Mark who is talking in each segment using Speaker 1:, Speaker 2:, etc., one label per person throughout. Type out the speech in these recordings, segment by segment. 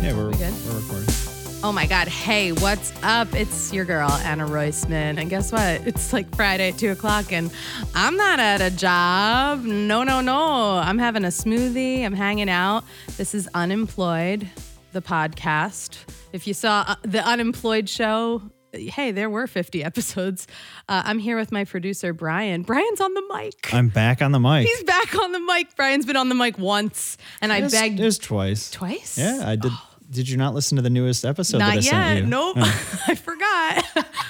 Speaker 1: Yeah, we're,
Speaker 2: We good?
Speaker 1: we're recording.
Speaker 2: Oh my God. Hey, what's up? It's your girl, Anna Roisman. And guess what? It's like Friday at 2 o'clock, and I'm not at a job. No, no, no. I'm having a smoothie. I'm hanging out. This is Unemployed, the podcast. If you saw uh, the Unemployed show, hey, there were 50 episodes. Uh, I'm here with my producer, Brian. Brian's on the mic.
Speaker 1: I'm back on the mic.
Speaker 2: He's back on the mic. Brian's been on the mic once, and I
Speaker 1: Yes,
Speaker 2: begged
Speaker 1: It was twice.
Speaker 2: twice. Oh.
Speaker 1: Yeah, I did. Did you not listen to the newest episode that I
Speaker 2: Not
Speaker 1: sent
Speaker 2: yet.
Speaker 1: you?
Speaker 2: Nope. I forgot.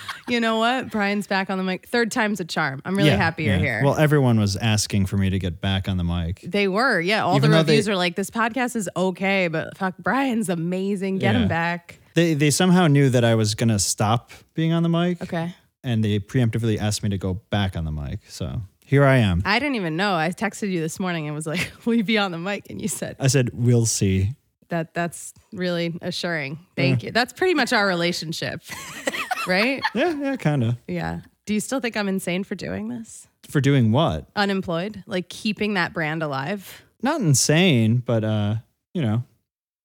Speaker 2: you know what? Brian's back on the mic. Third time's a charm. I'm really
Speaker 1: Yeah,
Speaker 2: happy you're
Speaker 1: yeah.
Speaker 2: here.
Speaker 1: Well, everyone was asking for me to get back on the mic.
Speaker 2: they were. Yeah. All
Speaker 1: Even
Speaker 2: the
Speaker 1: though they-
Speaker 2: reviews were like, this podcast is okay, but fuck, Brian's amazing. Get
Speaker 1: Yeah.
Speaker 2: him back.
Speaker 1: They they somehow knew that I was gonna stop being on the mic.
Speaker 2: Okay.
Speaker 1: And they preemptively asked me to go back on the mic. So here I am.
Speaker 2: I didn't even know. I texted you this morning and was like, will you be on the mic? And you said,
Speaker 1: I said, "We'll see."
Speaker 2: that that's really assuring.
Speaker 1: Mm.
Speaker 2: Thank you. That's pretty much our relationship, right?
Speaker 1: Yeah, yeah, kind of.
Speaker 2: Yeah. Do you still think I'm insane for doing this?
Speaker 1: For doing what?
Speaker 2: Unemployed, like keeping that brand alive.
Speaker 1: Not insane, but uh, you know,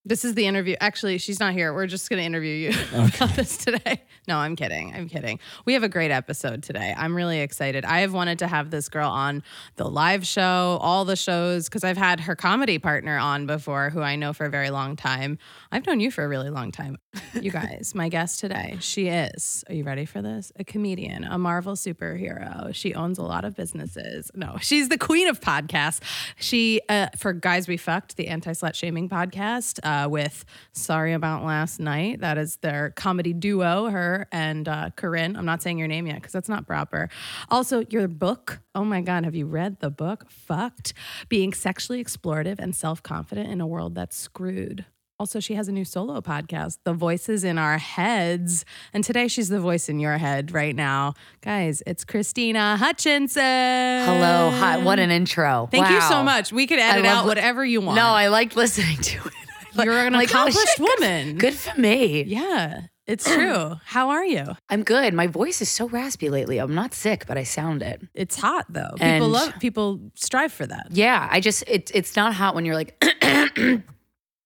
Speaker 2: This is the interview. Actually, she's not here. We're just going to interview you about this today. No, I'm kidding. I'm kidding. We have a great episode today. I'm really excited. I have wanted to have this girl on the live show, all the shows, because I've had her comedy partner on before, who I know for a very long time. I've known you for a really long time. You guys, my guest today, she is, are you ready for this? A comedian, a Marvel superhero. She owns a lot of businesses. No, she's the queen of podcasts. She, uh, for Guys We Fucked, the anti slut shaming podcast uh, with Sorry About Last Night. That is their comedy duo, her and uh, Corinne. I'm not saying your name yet because that's not proper. Also, your book. Oh my God, have you read the book? Fucked Being Sexually Explorative and Self Confident in a World That's Screwed. Also, she has a new solo podcast, The Voices in Our Heads. And today she's the voice in your head right now. Guys, it's Christina Hutchinson.
Speaker 3: Hello. Hi. What an intro.
Speaker 2: Um, Thank you so
Speaker 3: Wow.
Speaker 2: much. We could edit
Speaker 3: I love
Speaker 2: out
Speaker 3: li-
Speaker 2: whatever you want.
Speaker 3: No, I liked listening to it. Like-
Speaker 2: You're an
Speaker 3: like, oh, shit,
Speaker 2: accomplished
Speaker 3: good-
Speaker 2: woman.
Speaker 3: Good for me.
Speaker 2: Yeah, it's true. How are you?
Speaker 3: I'm good. My voice is so raspy lately. I'm not sick, but I sound it.
Speaker 2: It's hot though. People
Speaker 3: And-
Speaker 2: love people strive for that.
Speaker 3: Yeah. I just it, it's not hot when you're like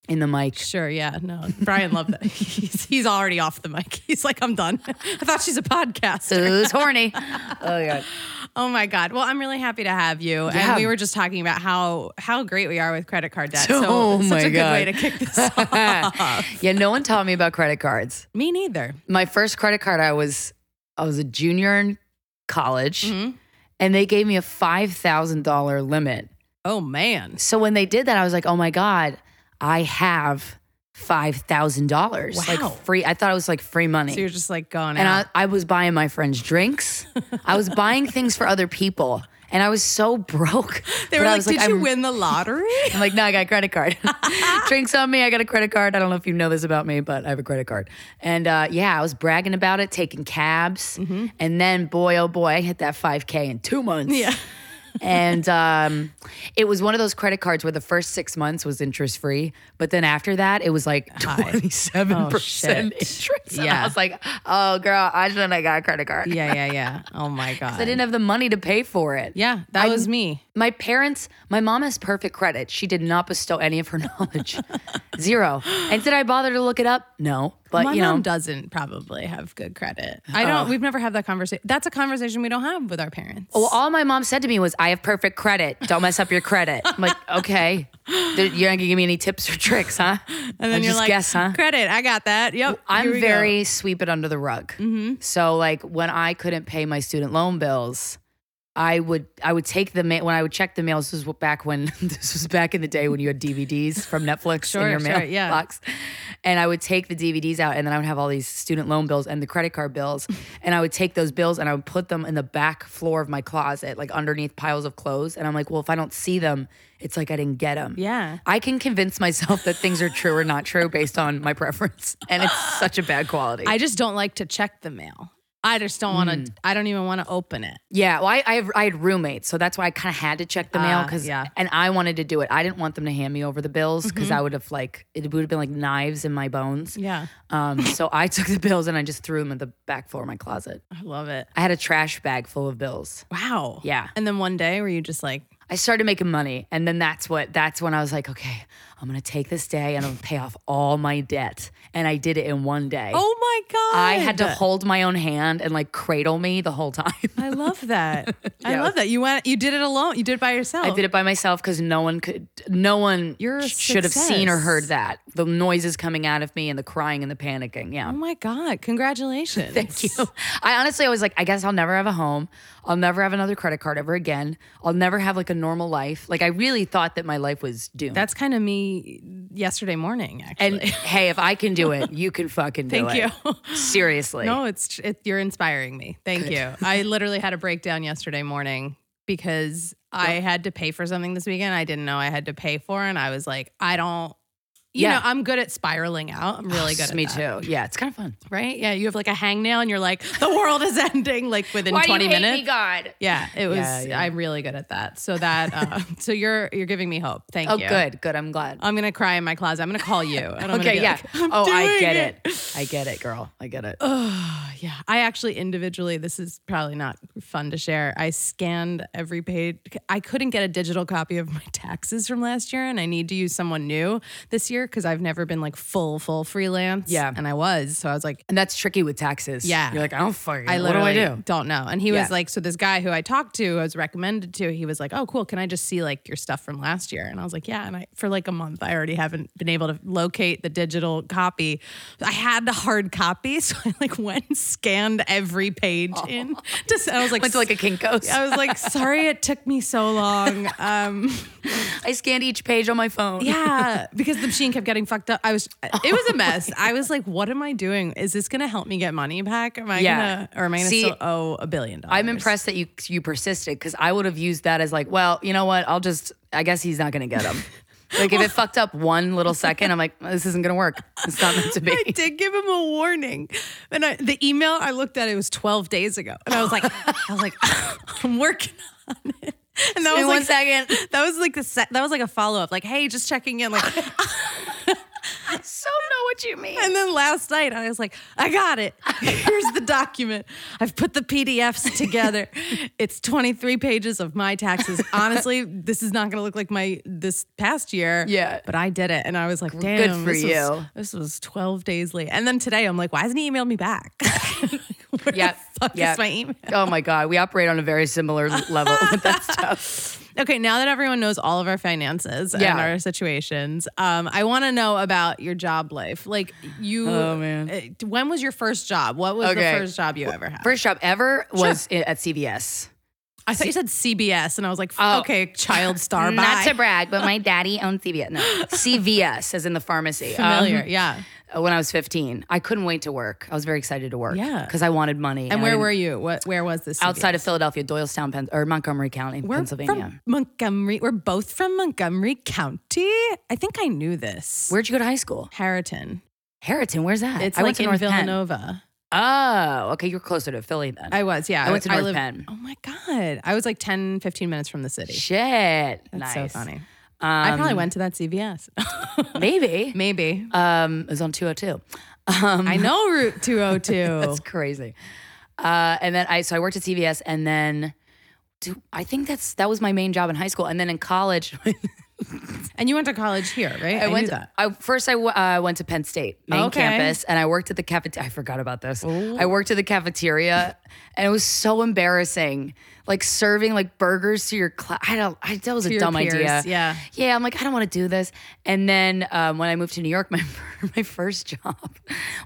Speaker 3: in the mic.
Speaker 2: Sure, yeah, no. Brian loved that. he's, he's already off the mic. He's like, I'm done. I thought she's a podcaster.
Speaker 3: Who's horny? Oh yeah.
Speaker 2: Oh my God. Well, I'm really happy to have you. And
Speaker 3: Yeah.
Speaker 2: we were just talking about how how great we are with credit card debt. So,
Speaker 3: Oh
Speaker 2: such
Speaker 3: my
Speaker 2: a
Speaker 3: God.
Speaker 2: good way to kick this off.
Speaker 3: yeah, no one taught me about credit cards.
Speaker 2: Me neither.
Speaker 3: my first credit card i was i was a junior in college
Speaker 2: Mhm.
Speaker 3: and they gave me a $5000 limit
Speaker 2: Oh man.
Speaker 3: so when they did that i was like oh my god i have $5000
Speaker 2: Wow.
Speaker 3: like free i thought it was like free money
Speaker 2: So you're just like going
Speaker 3: and
Speaker 2: out.
Speaker 3: I, I was buying my friends drinks i was buying things for other people and i was so broke
Speaker 2: they
Speaker 3: But
Speaker 2: were
Speaker 3: I
Speaker 2: like,
Speaker 3: was
Speaker 2: Did you
Speaker 3: I'm-
Speaker 2: win the lottery?
Speaker 3: I'm like, no, I got a credit card. Drinks on me. I got a credit card. I don't know if you know this about me, but I have a credit card. And uh, yeah, I was bragging about it, taking cabs. And then, boy, oh boy, I hit that 5K in two months.
Speaker 2: yeah.
Speaker 3: and um, it was one of those credit cards where the first six months was interest free. But then after that, it was like 27%
Speaker 2: Oh, shit.
Speaker 3: interest. And
Speaker 2: Yeah.
Speaker 3: I was like, oh, girl, I shouldn't have got a credit card.
Speaker 2: Yeah, yeah, yeah. Oh my God.
Speaker 3: I didn't have the money to pay for it.
Speaker 2: yeah, that was me.
Speaker 3: My parents, my mom has perfect credit. She did not bestow any of her knowledge. Zero. And did I bother to look it up? No. But
Speaker 2: My
Speaker 3: you know, Oh.
Speaker 2: mom doesn't probably have good credit. I don't. We've never had that conversation. That's a conversation we don't have with our parents.
Speaker 3: well, all my mom said to me was, I have perfect credit. Don't mess up your credit. I'm like, okay. Th- You're not gonna give me any tips or tricks, huh?
Speaker 2: and then
Speaker 3: I
Speaker 2: you're
Speaker 3: just
Speaker 2: like,
Speaker 3: guess, huh?
Speaker 2: credit. I got that. Yep. here we
Speaker 3: I'm
Speaker 2: go. Mm-hmm.
Speaker 3: very sweep it under the rug. So like when I couldn't pay my student loan bills, I would I would take the mail when I would check the mail. This was back when this was back in the day when you had DVDs from Netflix
Speaker 2: Sure,
Speaker 3: in your
Speaker 2: sure, yeah.
Speaker 3: mailbox, and I would take the DVDs out, and then I would have all these student loan bills and the credit card bills, and I would take those bills and I would put them in the back floor of my closet, like underneath piles of clothes, and I'm like, well, if I don't see them, it's like I didn't get them.
Speaker 2: Yeah.
Speaker 3: I can convince myself that things are true or not true based on my preference. And it's such a bad quality.
Speaker 2: I just don't like to check the mail. I just don't want to.
Speaker 3: Mm.
Speaker 2: I don't even want to open it.
Speaker 3: yeah. Well, I, I, have, I had roommates. So that's why I kind of had to check the mail.
Speaker 2: Ah,
Speaker 3: Cause,
Speaker 2: yeah. Mm-hmm.
Speaker 3: And I wanted to do it. I didn't want them to hand me over the bills because I would have like, it would have been like knives in my bones.
Speaker 2: Yeah,
Speaker 3: Um, so I took the bills and I just threw them in the back floor of my closet.
Speaker 2: I love it.
Speaker 3: I had a trash bag full of bills.
Speaker 2: Wow.
Speaker 3: Yeah.
Speaker 2: And then one day, were you just like,
Speaker 3: I started making money, and then that's what that's when I was like, okay, I'm gonna take this day and I'm gonna pay off all my debt, and I did it in one day.
Speaker 2: Oh my god!
Speaker 3: I had to hold my own hand and like cradle me the whole time.
Speaker 2: I love that. I
Speaker 3: Yeah.
Speaker 2: love that. You went. You did it alone. You did it by yourself.
Speaker 3: I did it by myself because no one could, no one
Speaker 2: You're a
Speaker 3: should have seen or
Speaker 2: success.
Speaker 3: heard that. The noises coming out of me and the crying and the panicking. Yeah.
Speaker 2: Oh my god! Congratulations.
Speaker 3: Thank you. I honestly I was like, I guess I'll never have a home. I'll never have another credit card ever again. I'll never have like a normal life. Like I really thought that my life was doomed.
Speaker 2: That's kind of me yesterday morning. Actually.
Speaker 3: and hey, if I can do it, you can fucking do
Speaker 2: Thank
Speaker 3: it. you. Seriously.
Speaker 2: No, it's it, you're inspiring me. Thank you. I literally had a breakdown yesterday morning because I had to pay for something this weekend I didn't know I had to pay for, and I was like, I don't. You
Speaker 3: Yeah.
Speaker 2: know, I'm good at spiraling out. I'm really good. at
Speaker 3: Me
Speaker 2: that,
Speaker 3: too. Yeah, it's kind of fun.
Speaker 2: Right? Yeah. You have like a hangnail, and you're like, the world is ending. Like within 20 minutes.
Speaker 3: God?
Speaker 2: Yeah, it was.
Speaker 3: Yeah, yeah.
Speaker 2: I'm really good at that. So that. Uh, so you're you're giving me hope. Thank
Speaker 3: Oh,
Speaker 2: you.
Speaker 3: good, good. I'm glad.
Speaker 2: I'm gonna cry in my closet. I'm gonna call you. And I'm gonna
Speaker 3: okay,
Speaker 2: be
Speaker 3: yeah.
Speaker 2: like,
Speaker 3: oh, I
Speaker 2: doing
Speaker 3: get
Speaker 2: it.
Speaker 3: it. I get it, girl. I get it.
Speaker 2: Oh, yeah. I actually individually, this is probably not fun to share. I scanned every page. I couldn't get a digital copy of my taxes from last year, and I need to use someone new this year because I've never been like full, full freelance.
Speaker 3: Yeah.
Speaker 2: And I was. So I was like,
Speaker 3: And that's tricky with taxes.
Speaker 2: Yeah.
Speaker 3: You're like, I don't fucking.
Speaker 2: I
Speaker 3: what do
Speaker 2: literally
Speaker 3: I do?
Speaker 2: not know. And he
Speaker 3: Yeah.
Speaker 2: was like, so this guy who I talked to, who I was recommended to, he was like, oh, cool. Can I just see like your stuff from last year? And I was like, yeah. And I, for like a month, I already haven't been able to locate the digital copy. I had the hard copy. So I like went and scanned every page in. Just, I was like,
Speaker 3: Oh. Went to like a Kinko's.
Speaker 2: I was like, sorry, it took me so long. Um,
Speaker 3: I scanned each page on my phone.
Speaker 2: yeah, because the machine kept getting fucked up. I was, it was a
Speaker 3: Oh
Speaker 2: mess. I was like, what am I doing? Is this going to help me get money back? Am I
Speaker 3: Yeah.
Speaker 2: going to, or am I going to
Speaker 3: See,
Speaker 2: still owe a billion dollars?
Speaker 3: I'm impressed that you you persisted because I would have used that as like, well, you know what? I'll just. I guess he's not gonna get them. like if it fucked up one little second, I'm like, this isn't gonna work. It's not meant to be.
Speaker 2: I did give him a warning, and I, the email I looked at it was 12 days ago, and I was like, I was like, I'm working on it. And that was
Speaker 3: In
Speaker 2: like,
Speaker 3: one second.
Speaker 2: That was like the se- that was like a follow up, like, hey, just checking in, like.
Speaker 3: so know what you mean.
Speaker 2: And then last night I was like, I got it. Here's the document. I've put the PDFs together. It's 23 pages of my taxes. Honestly, this is not going to look like my this past year.
Speaker 3: Yeah.
Speaker 2: But I did it and I was like, damn.
Speaker 3: for
Speaker 2: this Was,
Speaker 3: you.
Speaker 2: this was 12 days late. And then today I'm like, why hasn't he emailed me back? Where
Speaker 3: Yeah.
Speaker 2: the fuck
Speaker 3: yeah.
Speaker 2: is my email?
Speaker 3: Oh my god, we operate on a very similar level with that stuff.
Speaker 2: Okay, now that everyone knows all of our finances and
Speaker 3: Yeah.
Speaker 2: our situations, um, I want to know about your job life. Like you,
Speaker 3: Oh, man.
Speaker 2: uh, when was your first job? What was
Speaker 3: Okay.
Speaker 2: the first job you ever had?
Speaker 3: First job ever was i- at CVS.
Speaker 2: I thought you said CBS, and I was like,
Speaker 3: Oh.
Speaker 2: okay, child star.
Speaker 3: Not
Speaker 2: bye.
Speaker 3: to um, brag, but my daddy owned CVS. No, CVS as in the pharmacy. Um,
Speaker 2: familiar, yeah.
Speaker 3: when I was 15, I couldn't wait to work. I was very excited to work.
Speaker 2: Yeah.
Speaker 3: because I wanted money.
Speaker 2: And
Speaker 3: I
Speaker 2: where
Speaker 3: didn't-
Speaker 2: were you? What? Where was this?
Speaker 3: outside of Philadelphia, Doylestown, Penn, or Montgomery County,
Speaker 2: We're
Speaker 3: Pennsylvania?
Speaker 2: From Montgomery. We're both from Montgomery County. I think I knew this.
Speaker 3: Where'd you go to high school?
Speaker 2: Harriton.
Speaker 3: Harriton. Where's that?
Speaker 2: It's
Speaker 3: I
Speaker 2: like
Speaker 3: went to
Speaker 2: in
Speaker 3: North Penn.
Speaker 2: Villanova.
Speaker 3: Oh, okay. You're closer to Philly then.
Speaker 2: I was, yeah.
Speaker 3: I went to North
Speaker 2: lived-
Speaker 3: Penn.
Speaker 2: Oh my God. I was like 10, 15 minutes from the city.
Speaker 3: Shit.
Speaker 2: That's
Speaker 3: nice.
Speaker 2: so funny.
Speaker 3: Um,
Speaker 2: I probably went to that CVS.
Speaker 3: Maybe.
Speaker 2: Maybe.
Speaker 3: Um, it was on 202. Um,
Speaker 2: I know Route 202.
Speaker 3: That's crazy. Uh, and then I so I worked at CVS, and then do, I think that's that was my main job in high school, and then in college
Speaker 2: and you went to college here, right?
Speaker 3: I,
Speaker 2: knew
Speaker 3: went.
Speaker 2: that.
Speaker 3: I first I w- uh, went to Penn State main
Speaker 2: Okay.
Speaker 3: campus, and I worked at the cafeteria. I forgot about this. I worked at the cafeteria, and it was so embarrassing. Like serving like burgers to your class. I don't. I, that was a
Speaker 2: your
Speaker 3: dumb
Speaker 2: peers,
Speaker 3: idea.
Speaker 2: yeah.
Speaker 3: Yeah. I'm like I don't want to do this. And then um, when I moved to New York, my my first job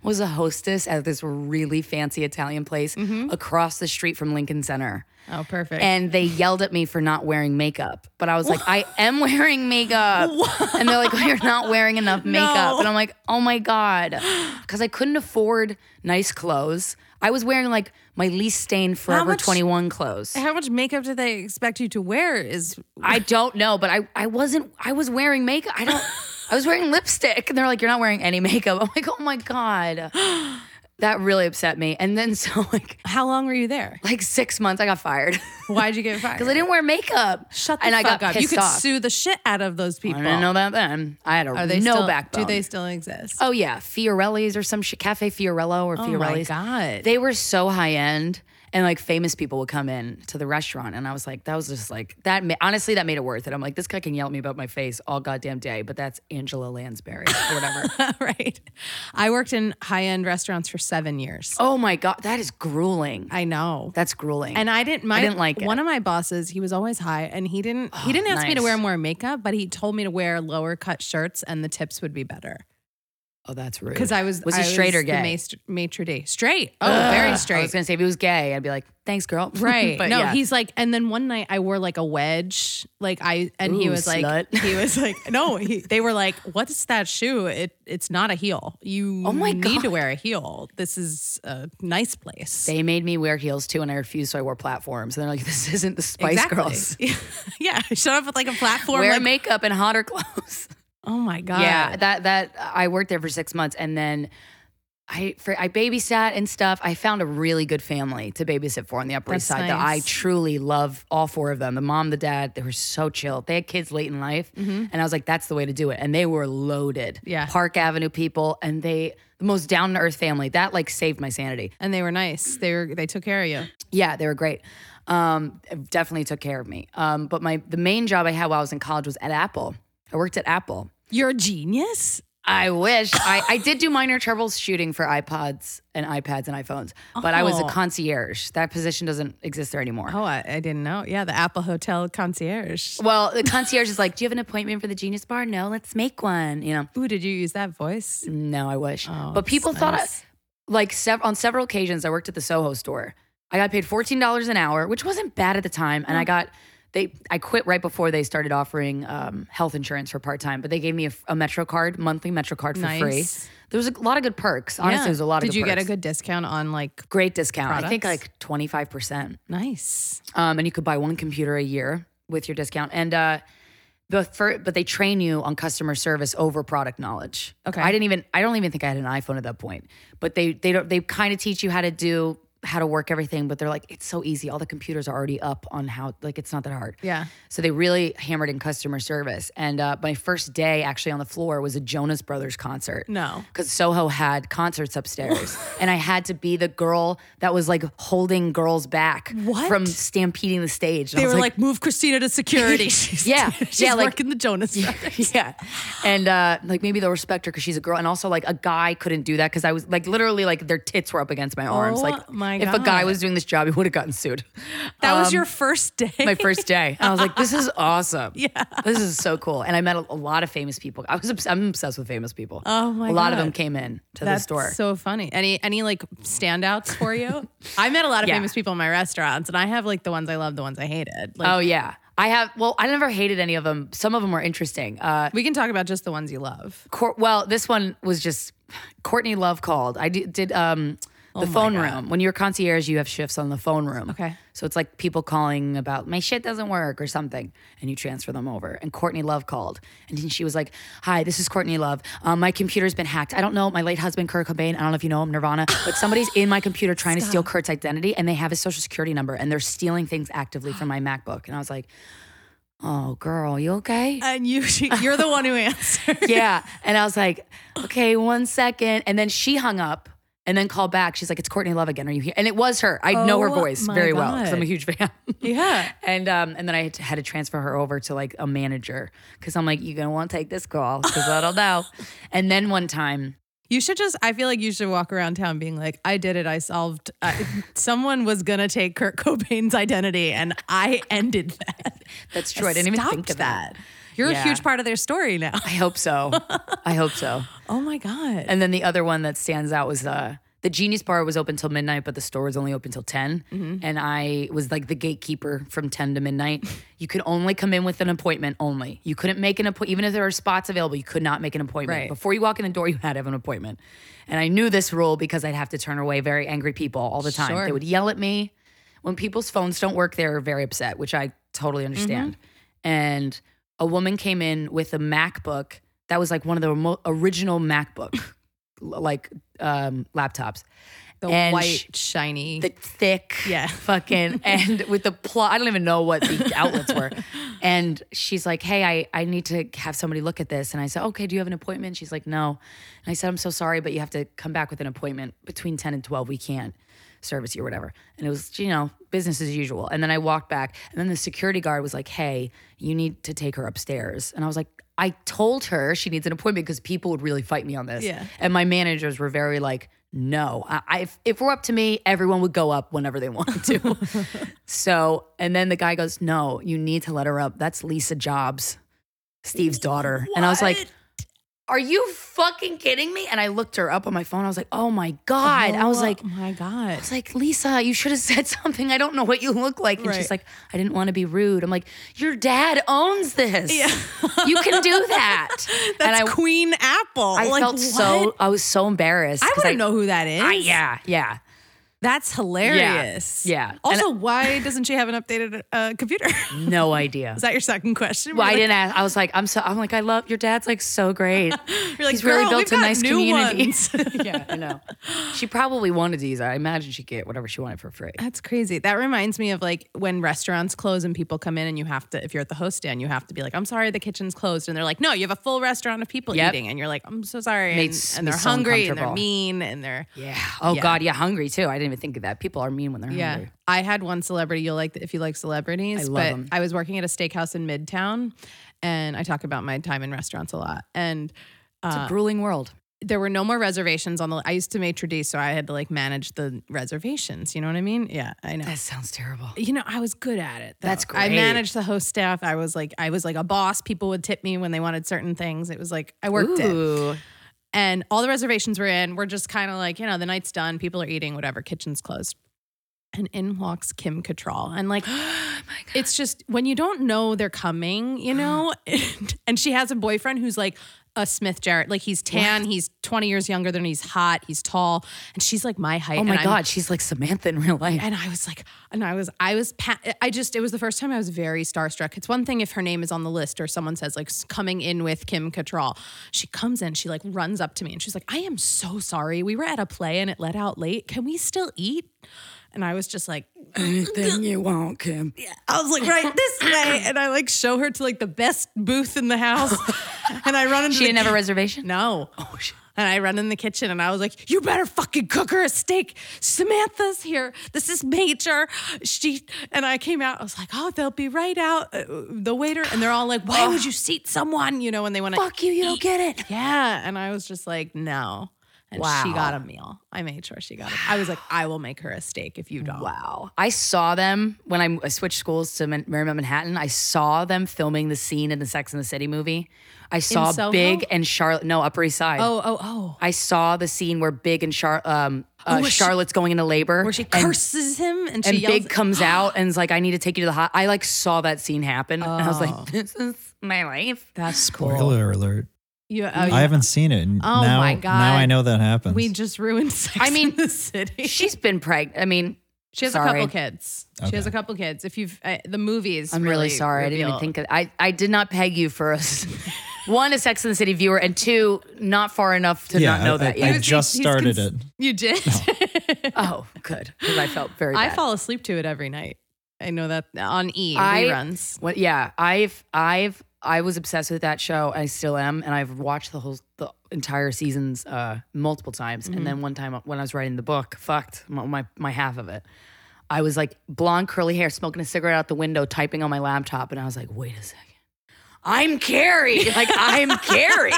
Speaker 3: was a hostess at this really fancy Italian place across the street from Lincoln Center
Speaker 2: Mm-hmm. Oh, perfect.
Speaker 3: and they yelled at me for not wearing makeup. But I was like, I am wearing makeup. And they're like, "Oh, you're not wearing enough makeup.
Speaker 2: No.
Speaker 3: And I'm like, oh my God. Because I couldn't afford nice clothes. I was wearing like my least stained Forever
Speaker 2: much- Eh.
Speaker 3: 21 clothes.
Speaker 2: How much makeup did they expect you to wear? Is
Speaker 3: I don't know, but I, I wasn't, I was wearing makeup. I don't, I was wearing lipstick. And they're like, you're not wearing any makeup. I'm like, oh my God. That really upset me. And then so like,
Speaker 2: how long were you there?
Speaker 3: like six months, I got fired.
Speaker 2: Why'd you get fired?
Speaker 3: Because I didn't wear makeup.
Speaker 2: Shut the
Speaker 3: and I
Speaker 2: fuck up.
Speaker 3: got
Speaker 2: You
Speaker 3: pissed
Speaker 2: could
Speaker 3: off.
Speaker 2: sue the shit out of those people.
Speaker 3: I didn't know that then. I had a
Speaker 2: Are they
Speaker 3: no
Speaker 2: still,
Speaker 3: backbone.
Speaker 2: Do they still exist?
Speaker 3: Oh yeah, Fiorelli's or some shit, Cafe Fiorello or
Speaker 2: Oh my
Speaker 3: Fiorelli's.
Speaker 2: God.
Speaker 3: They were so high end, and like famous people would come in to the restaurant and i was like that was just like that ma- honestly that made it worth it i'm like this guy can yell at me about my face all goddamn day but that's angela lansbury or whatever
Speaker 2: right. I worked in high end restaurants for seven years.
Speaker 3: oh my god that is grueling
Speaker 2: I know.
Speaker 3: that's grueling
Speaker 2: And I didn't. My,
Speaker 3: didn't like it. Oh,
Speaker 2: One of my bosses, he was always high, and he didn't. he didn't ask me to
Speaker 3: nice.
Speaker 2: wear more makeup, but he told me to wear lower cut shirts, and the tips would be better.
Speaker 3: oh that's rude
Speaker 2: Because I was
Speaker 3: Was he
Speaker 2: I
Speaker 3: straight or
Speaker 2: the
Speaker 3: gay?
Speaker 2: mast- maitre d. Straight. Oh, very
Speaker 3: i
Speaker 2: straight.
Speaker 3: was gonna say if he was gay i'd be like thanks girl
Speaker 2: Right.
Speaker 3: but
Speaker 2: no,
Speaker 3: yeah.
Speaker 2: he's like, and then one night I wore like a wedge, like I, and he
Speaker 3: Ooh,
Speaker 2: was like,
Speaker 3: slut.
Speaker 2: he was like, no, he, they were like, what's that shoe? It, it's not a heel. You
Speaker 3: Oh my
Speaker 2: need to
Speaker 3: God.
Speaker 2: wear a heel. This is a nice place.
Speaker 3: they made me wear heels too, and I refused, so I wore platforms. And they're like, "This isn't the Spice Girls.
Speaker 2: yeah. Shut up with like a platform.
Speaker 3: Wear
Speaker 2: like-
Speaker 3: makeup and hotter clothes." Uh,
Speaker 2: oh my God.
Speaker 3: Yeah, that that I worked there for six months, and then I for, I babysat and stuff. I found a really good family to babysit for on the Upper East
Speaker 2: That's
Speaker 3: Side. That I
Speaker 2: nice.
Speaker 3: truly love all four of them. The mom, the dad, they were so chill. They had kids late in life, and I was like, that's the way to do it. And they were loaded.
Speaker 2: Yeah.
Speaker 3: Park Avenue people, and they the most down to earth family. That like saved my sanity.
Speaker 2: And they were nice. They were, they took care of you.
Speaker 3: Yeah, they were great. Um, definitely took care of me. Um, but my the main job I had while I was in college was at Apple. I worked at Apple.
Speaker 2: You're a genius.
Speaker 3: I wish I, I did do minor troubleshooting for iPods and iPads and iPhones, but I was a
Speaker 2: Oh.
Speaker 3: concierge. That position doesn't exist there anymore.
Speaker 2: Oh, I, I didn't know. Yeah. The Apple hotel concierge.
Speaker 3: Well, the concierge is like, "Do you have an appointment for the Genius Bar? No, let's make one." You know,
Speaker 2: Ooh, did you use that voice?
Speaker 3: no, I wish.
Speaker 2: Oh,
Speaker 3: but people
Speaker 2: that's
Speaker 3: thought, I,
Speaker 2: nice.
Speaker 3: like, sev- on several occasions, I worked at the Soho store. I got paid fourteen dollars an hour, which wasn't bad at the time,
Speaker 2: Oh.
Speaker 3: and I got they. I quit right before they started offering um, health insurance for part time, but they gave me a, a Metro card, monthly Metro card for free.
Speaker 2: Nice.
Speaker 3: There was a lot of good perks. Honestly,
Speaker 2: Yeah.
Speaker 3: there was a lot of.
Speaker 2: Did
Speaker 3: good
Speaker 2: you get a
Speaker 3: perks.
Speaker 2: good discount on like
Speaker 3: great discount. I think
Speaker 2: Products?
Speaker 3: like 25%.
Speaker 2: nice?
Speaker 3: Um, and you could buy one computer a year with your discount. And uh, the fir- but they train you on customer service over product knowledge.
Speaker 2: Okay.
Speaker 3: I didn't even I don't even think I had an iPhone at that point. But they they don't they kind of teach you how to do how to work everything, but they're like it's so easy. All the computers are already up on how like it's not that hard.
Speaker 2: Yeah.
Speaker 3: So they really hammered in customer service. And uh, my first day actually on the floor was a Jonas Brothers concert.
Speaker 2: No.
Speaker 3: Because Soho had concerts upstairs. and I had to be the girl that was like holding girls back
Speaker 2: What?
Speaker 3: from stampeding the stage. And I
Speaker 2: They
Speaker 3: was
Speaker 2: were like, move Christina to security. She's,
Speaker 3: Yeah,
Speaker 2: she's
Speaker 3: yeah, like-
Speaker 2: working the Jonas Brothers.
Speaker 3: yeah. And uh, like maybe they'll respect her because she's a girl. And also like a guy couldn't do that because I was like literally like their tits were up against my arms.
Speaker 2: Oh
Speaker 3: like
Speaker 2: my
Speaker 3: if a guy
Speaker 2: God.
Speaker 3: was doing this job, he would have gotten sued.
Speaker 2: That was your first day.
Speaker 3: my first day. And I was like, this is awesome. Yeah. This is so cool. And I met a, a lot of famous people. I was obs- I'm obsessed with famous people.
Speaker 2: Oh my
Speaker 3: A lot of
Speaker 2: God.
Speaker 3: them came in to the
Speaker 2: That's
Speaker 3: store.
Speaker 2: so funny. Any any like standouts for you? I met a lot of
Speaker 3: Yeah.
Speaker 2: famous people in my restaurants, and I have like the ones I love, the ones I hated. Like,
Speaker 3: oh yeah. I have well, I never hated any of them. Some of them were interesting. Uh
Speaker 2: we can talk about just the ones you love.
Speaker 3: Cour- well, this one was just Courtney Love called. I did, did um the phone room. When you're concierge, you have shifts on the phone room.
Speaker 2: Okay.
Speaker 3: So it's like people calling about my shit doesn't work or something, and you transfer them over. And Courtney Love called, and then she was like, "Hi, this is Courtney Love. Um, my computer's been hacked. I don't know my late husband Kurt Cobain. I don't know if you know him, Nirvana, but somebody's in my computer trying to steal Kurt's identity, and they have his social security number, and they're stealing things actively from my MacBook." And I was like, "Oh, girl, you okay?"
Speaker 2: And you, you're the one who answered.
Speaker 3: yeah. And I was like, okay, one second. And then she hung up and then called back. She's like, it's Courtney Love again. Are you here? And it was her. I know her
Speaker 2: Oh
Speaker 3: voice
Speaker 2: my
Speaker 3: very well because I'm a
Speaker 2: God.
Speaker 3: huge fan.
Speaker 2: Yeah.
Speaker 3: And um, and then I had to, had to transfer her over to like a manager because I'm like, you're gonna want to take this girl because I don't know. And then one time,
Speaker 2: You should just. I feel like you should walk around town being like, "I did it. I solved. I, someone was gonna take Kurt Cobain's identity, and I ended that."
Speaker 3: that's true. I didn't even
Speaker 2: Stopped
Speaker 3: think of that.
Speaker 2: You're
Speaker 3: Yeah.
Speaker 2: a huge part of their story now.
Speaker 3: I hope so. I hope so.
Speaker 2: Oh my god.
Speaker 3: And then the other one that stands out was uh, the Genius Bar was open till midnight, but the store was only open till 10.
Speaker 2: Mm-hmm.
Speaker 3: And I was like the gatekeeper from 10 to midnight. You could only come in with an appointment only. You couldn't make an appointment, even if there were spots available, you could not make an appointment.
Speaker 2: Right.
Speaker 3: Before you walk in the door, you had to have an appointment. And I knew this rule because I'd have to turn away very angry people all the time.
Speaker 2: Sure.
Speaker 3: They would yell at me. When people's phones don't work, they're very upset, which I totally
Speaker 2: Mm-hmm.
Speaker 3: understand. And a woman came in with a MacBook that was like one of the mo- original MacBook like um, laptops.
Speaker 2: the
Speaker 3: and
Speaker 2: white
Speaker 3: sh-
Speaker 2: shiny.
Speaker 3: The thick,
Speaker 2: Yeah.
Speaker 3: fucking, and with the plug. I don't even know what the outlets were. And she's like, "Hey, I I need to have somebody look at this." And I said, "Okay, do you have an appointment?" She's like, "No." And I said, "I'm so sorry, but you have to come back with an appointment between ten and twelve. We can't." service you or whatever. And it was, you know, business as usual. And then I walked back, and then the security guard was like, hey, you need to take her upstairs. And I was like, I told her she needs an appointment because people would really fight me on this.
Speaker 2: Yeah.
Speaker 3: And my managers were very like, no, I, I, if, if we're up to me, everyone would go up whenever they wanted to. so, and then the guy goes, no, you need to let her up. That's Lisa Jobs, Steve's daughter. And I was like, are you fucking kidding me? And I looked her up on my phone. I was like, oh my God. I was like,
Speaker 2: oh my God.
Speaker 3: it's like, Lisa, you should have said something. I don't know what you look like. And
Speaker 2: Right.
Speaker 3: she's like, I didn't want to be rude. I'm like, your dad owns this. you can do that. and
Speaker 2: That's
Speaker 3: I,
Speaker 2: Queen Apple.
Speaker 3: I
Speaker 2: like,
Speaker 3: felt
Speaker 2: what?
Speaker 3: so, I was so embarrassed.
Speaker 2: I
Speaker 3: 'cause
Speaker 2: want to know who that is.
Speaker 3: I- yeah, yeah.
Speaker 2: That's hilarious.
Speaker 3: yeah.
Speaker 2: Also, why doesn't she have an updated uh, computer? is
Speaker 3: No idea.
Speaker 2: that your second question?
Speaker 3: Well, I
Speaker 2: You're
Speaker 3: didn't ask. I was like, I'm so, I'm like, I love your dad's like so great.
Speaker 2: like- You're like,
Speaker 3: He's really
Speaker 2: "Girl,
Speaker 3: built
Speaker 2: we've got
Speaker 3: a nice
Speaker 2: new
Speaker 3: community.
Speaker 2: ones.
Speaker 3: yeah, I know. She probably wanted these. I imagine she'd get whatever she wanted for free.
Speaker 2: That's crazy. That reminds me of like when restaurants close and people come in and you have to, if you're at the host stand, you have to be like, I'm sorry, the kitchen's closed. And they're like, no, you have a full restaurant of people
Speaker 3: Yep.
Speaker 2: eating. And you're like, I'm so sorry. And,
Speaker 3: Makes
Speaker 2: and
Speaker 3: me
Speaker 2: they're
Speaker 3: so
Speaker 2: hungry and they're
Speaker 3: uncomfortable.
Speaker 2: mean and they're,
Speaker 3: Yeah. Oh
Speaker 2: Yeah.
Speaker 3: God. Yeah. Hungry too. I didn't even think of that. People are mean when they're
Speaker 2: Yeah.
Speaker 3: hungry.
Speaker 2: I had one celebrity you'll like if you like celebrities.
Speaker 3: I love
Speaker 2: but
Speaker 3: 'em.
Speaker 2: I was working at a steakhouse in Midtown and I talk about my time in restaurants a lot. And uh,
Speaker 3: It's a grueling world.
Speaker 2: there were no more reservations on the I used to maitre d so I had to like manage the reservations. You know what I mean? Yeah, I know.
Speaker 3: That sounds terrible.
Speaker 2: You know, I was good at it. though.
Speaker 3: That's
Speaker 2: I
Speaker 3: great.
Speaker 2: managed the host staff. I was like I was like a boss. People would tip me when they wanted certain things. It was like I worked it
Speaker 3: Ooh.
Speaker 2: and all the reservations were in. We're just kind of like, you know, the night's done, people are eating, whatever, kitchen's closed. And in walks Kim Cattrall. And like,
Speaker 3: Oh
Speaker 2: it's just when you don't know they're coming, you know?
Speaker 3: Uh-huh.
Speaker 2: and, she has a boyfriend who's like a Smith Jarrett. Like, he's tan, he's 20 years younger than her, he's hot, he's tall. And she's like my height.
Speaker 3: Oh my
Speaker 2: and I'm-
Speaker 3: God. She's like Samantha in real life.
Speaker 2: and I was like, and I was, I was, pa- I just, it was the first time I was very starstruck. It's one thing if her name is on the list or someone says like s- coming in with Kim Cattrall. She comes in, she like runs up to me and she's like, I am so sorry. We were at a play and it let out late. Can we still eat? And I was just like,
Speaker 3: Anything you want, Kim.
Speaker 2: I was like, right this way. And I like show her to like the best booth in the house. and I run into
Speaker 3: She
Speaker 2: the
Speaker 3: didn't have a reservation?
Speaker 2: no.
Speaker 3: Oh,
Speaker 2: And I run in the kitchen and I was like, you better fucking cook her a steak. Samantha's here. This is Major. She and I came out. I was like, oh, they'll be right out. Uh, the waiter and they're all like, why would you seat someone? You know, when they want to
Speaker 3: Fuck you. You don't get it.
Speaker 2: Yeah. And I was just like, no. And she
Speaker 3: Wow.
Speaker 2: got a meal. I made sure she got it. I was like, I will make her a steak if you don't.
Speaker 3: Wow. I saw them when I, I switched schools to Man- Marymount Manhattan. I saw them filming the scene in the Sex and the City movie. I saw
Speaker 2: Soho?
Speaker 3: Big and Charlotte. No, Upper East Side.
Speaker 2: Oh, oh, oh.
Speaker 3: I saw the scene where Big and Char- um, uh,
Speaker 2: where she-
Speaker 3: Charlotte's going into labor.
Speaker 2: Where she
Speaker 3: and
Speaker 2: curses him and, she
Speaker 3: and
Speaker 2: yells. "Ah!"
Speaker 3: Big comes out and is like, I need to take you to the hot. I like saw that scene happen. And I was
Speaker 2: Oh.
Speaker 3: like, this is my life.
Speaker 2: That's cool.
Speaker 1: Spoiler alert.
Speaker 2: You, oh,
Speaker 1: I
Speaker 2: yeah.
Speaker 1: haven't seen it. and
Speaker 2: Oh
Speaker 1: now,
Speaker 2: my God.
Speaker 1: Now I know that happens.
Speaker 2: We just ruined sex
Speaker 3: I mean,
Speaker 2: in the city.
Speaker 3: She's been pregnant. I mean,
Speaker 2: She has a
Speaker 3: Sorry.
Speaker 2: couple kids. She has a couple kids. If you've uh, the movies,
Speaker 3: I'm really, sorry. I didn't even think of I, I did not peg you for us. One, a Sex and the City viewer, and two, not far enough to
Speaker 1: yeah,
Speaker 3: not know
Speaker 1: I,
Speaker 3: that
Speaker 1: I-
Speaker 3: yet.
Speaker 1: I just started it.
Speaker 2: you did.
Speaker 3: oh, good. 'Cause I felt very
Speaker 2: I
Speaker 3: bad.
Speaker 2: fall asleep to it every night. I know that on E
Speaker 3: I-
Speaker 2: reruns.
Speaker 3: What, yeah, I've I've I was obsessed with that show. I still am, and I've watched the whole the entire seasons uh, multiple times. And then one time when I was writing the book, fucked my, my my half of it. I was like blonde curly hair, smoking a cigarette out the window, typing on my laptop, and I was like, wait a second. I'm Carrie. Like I'm Carrie.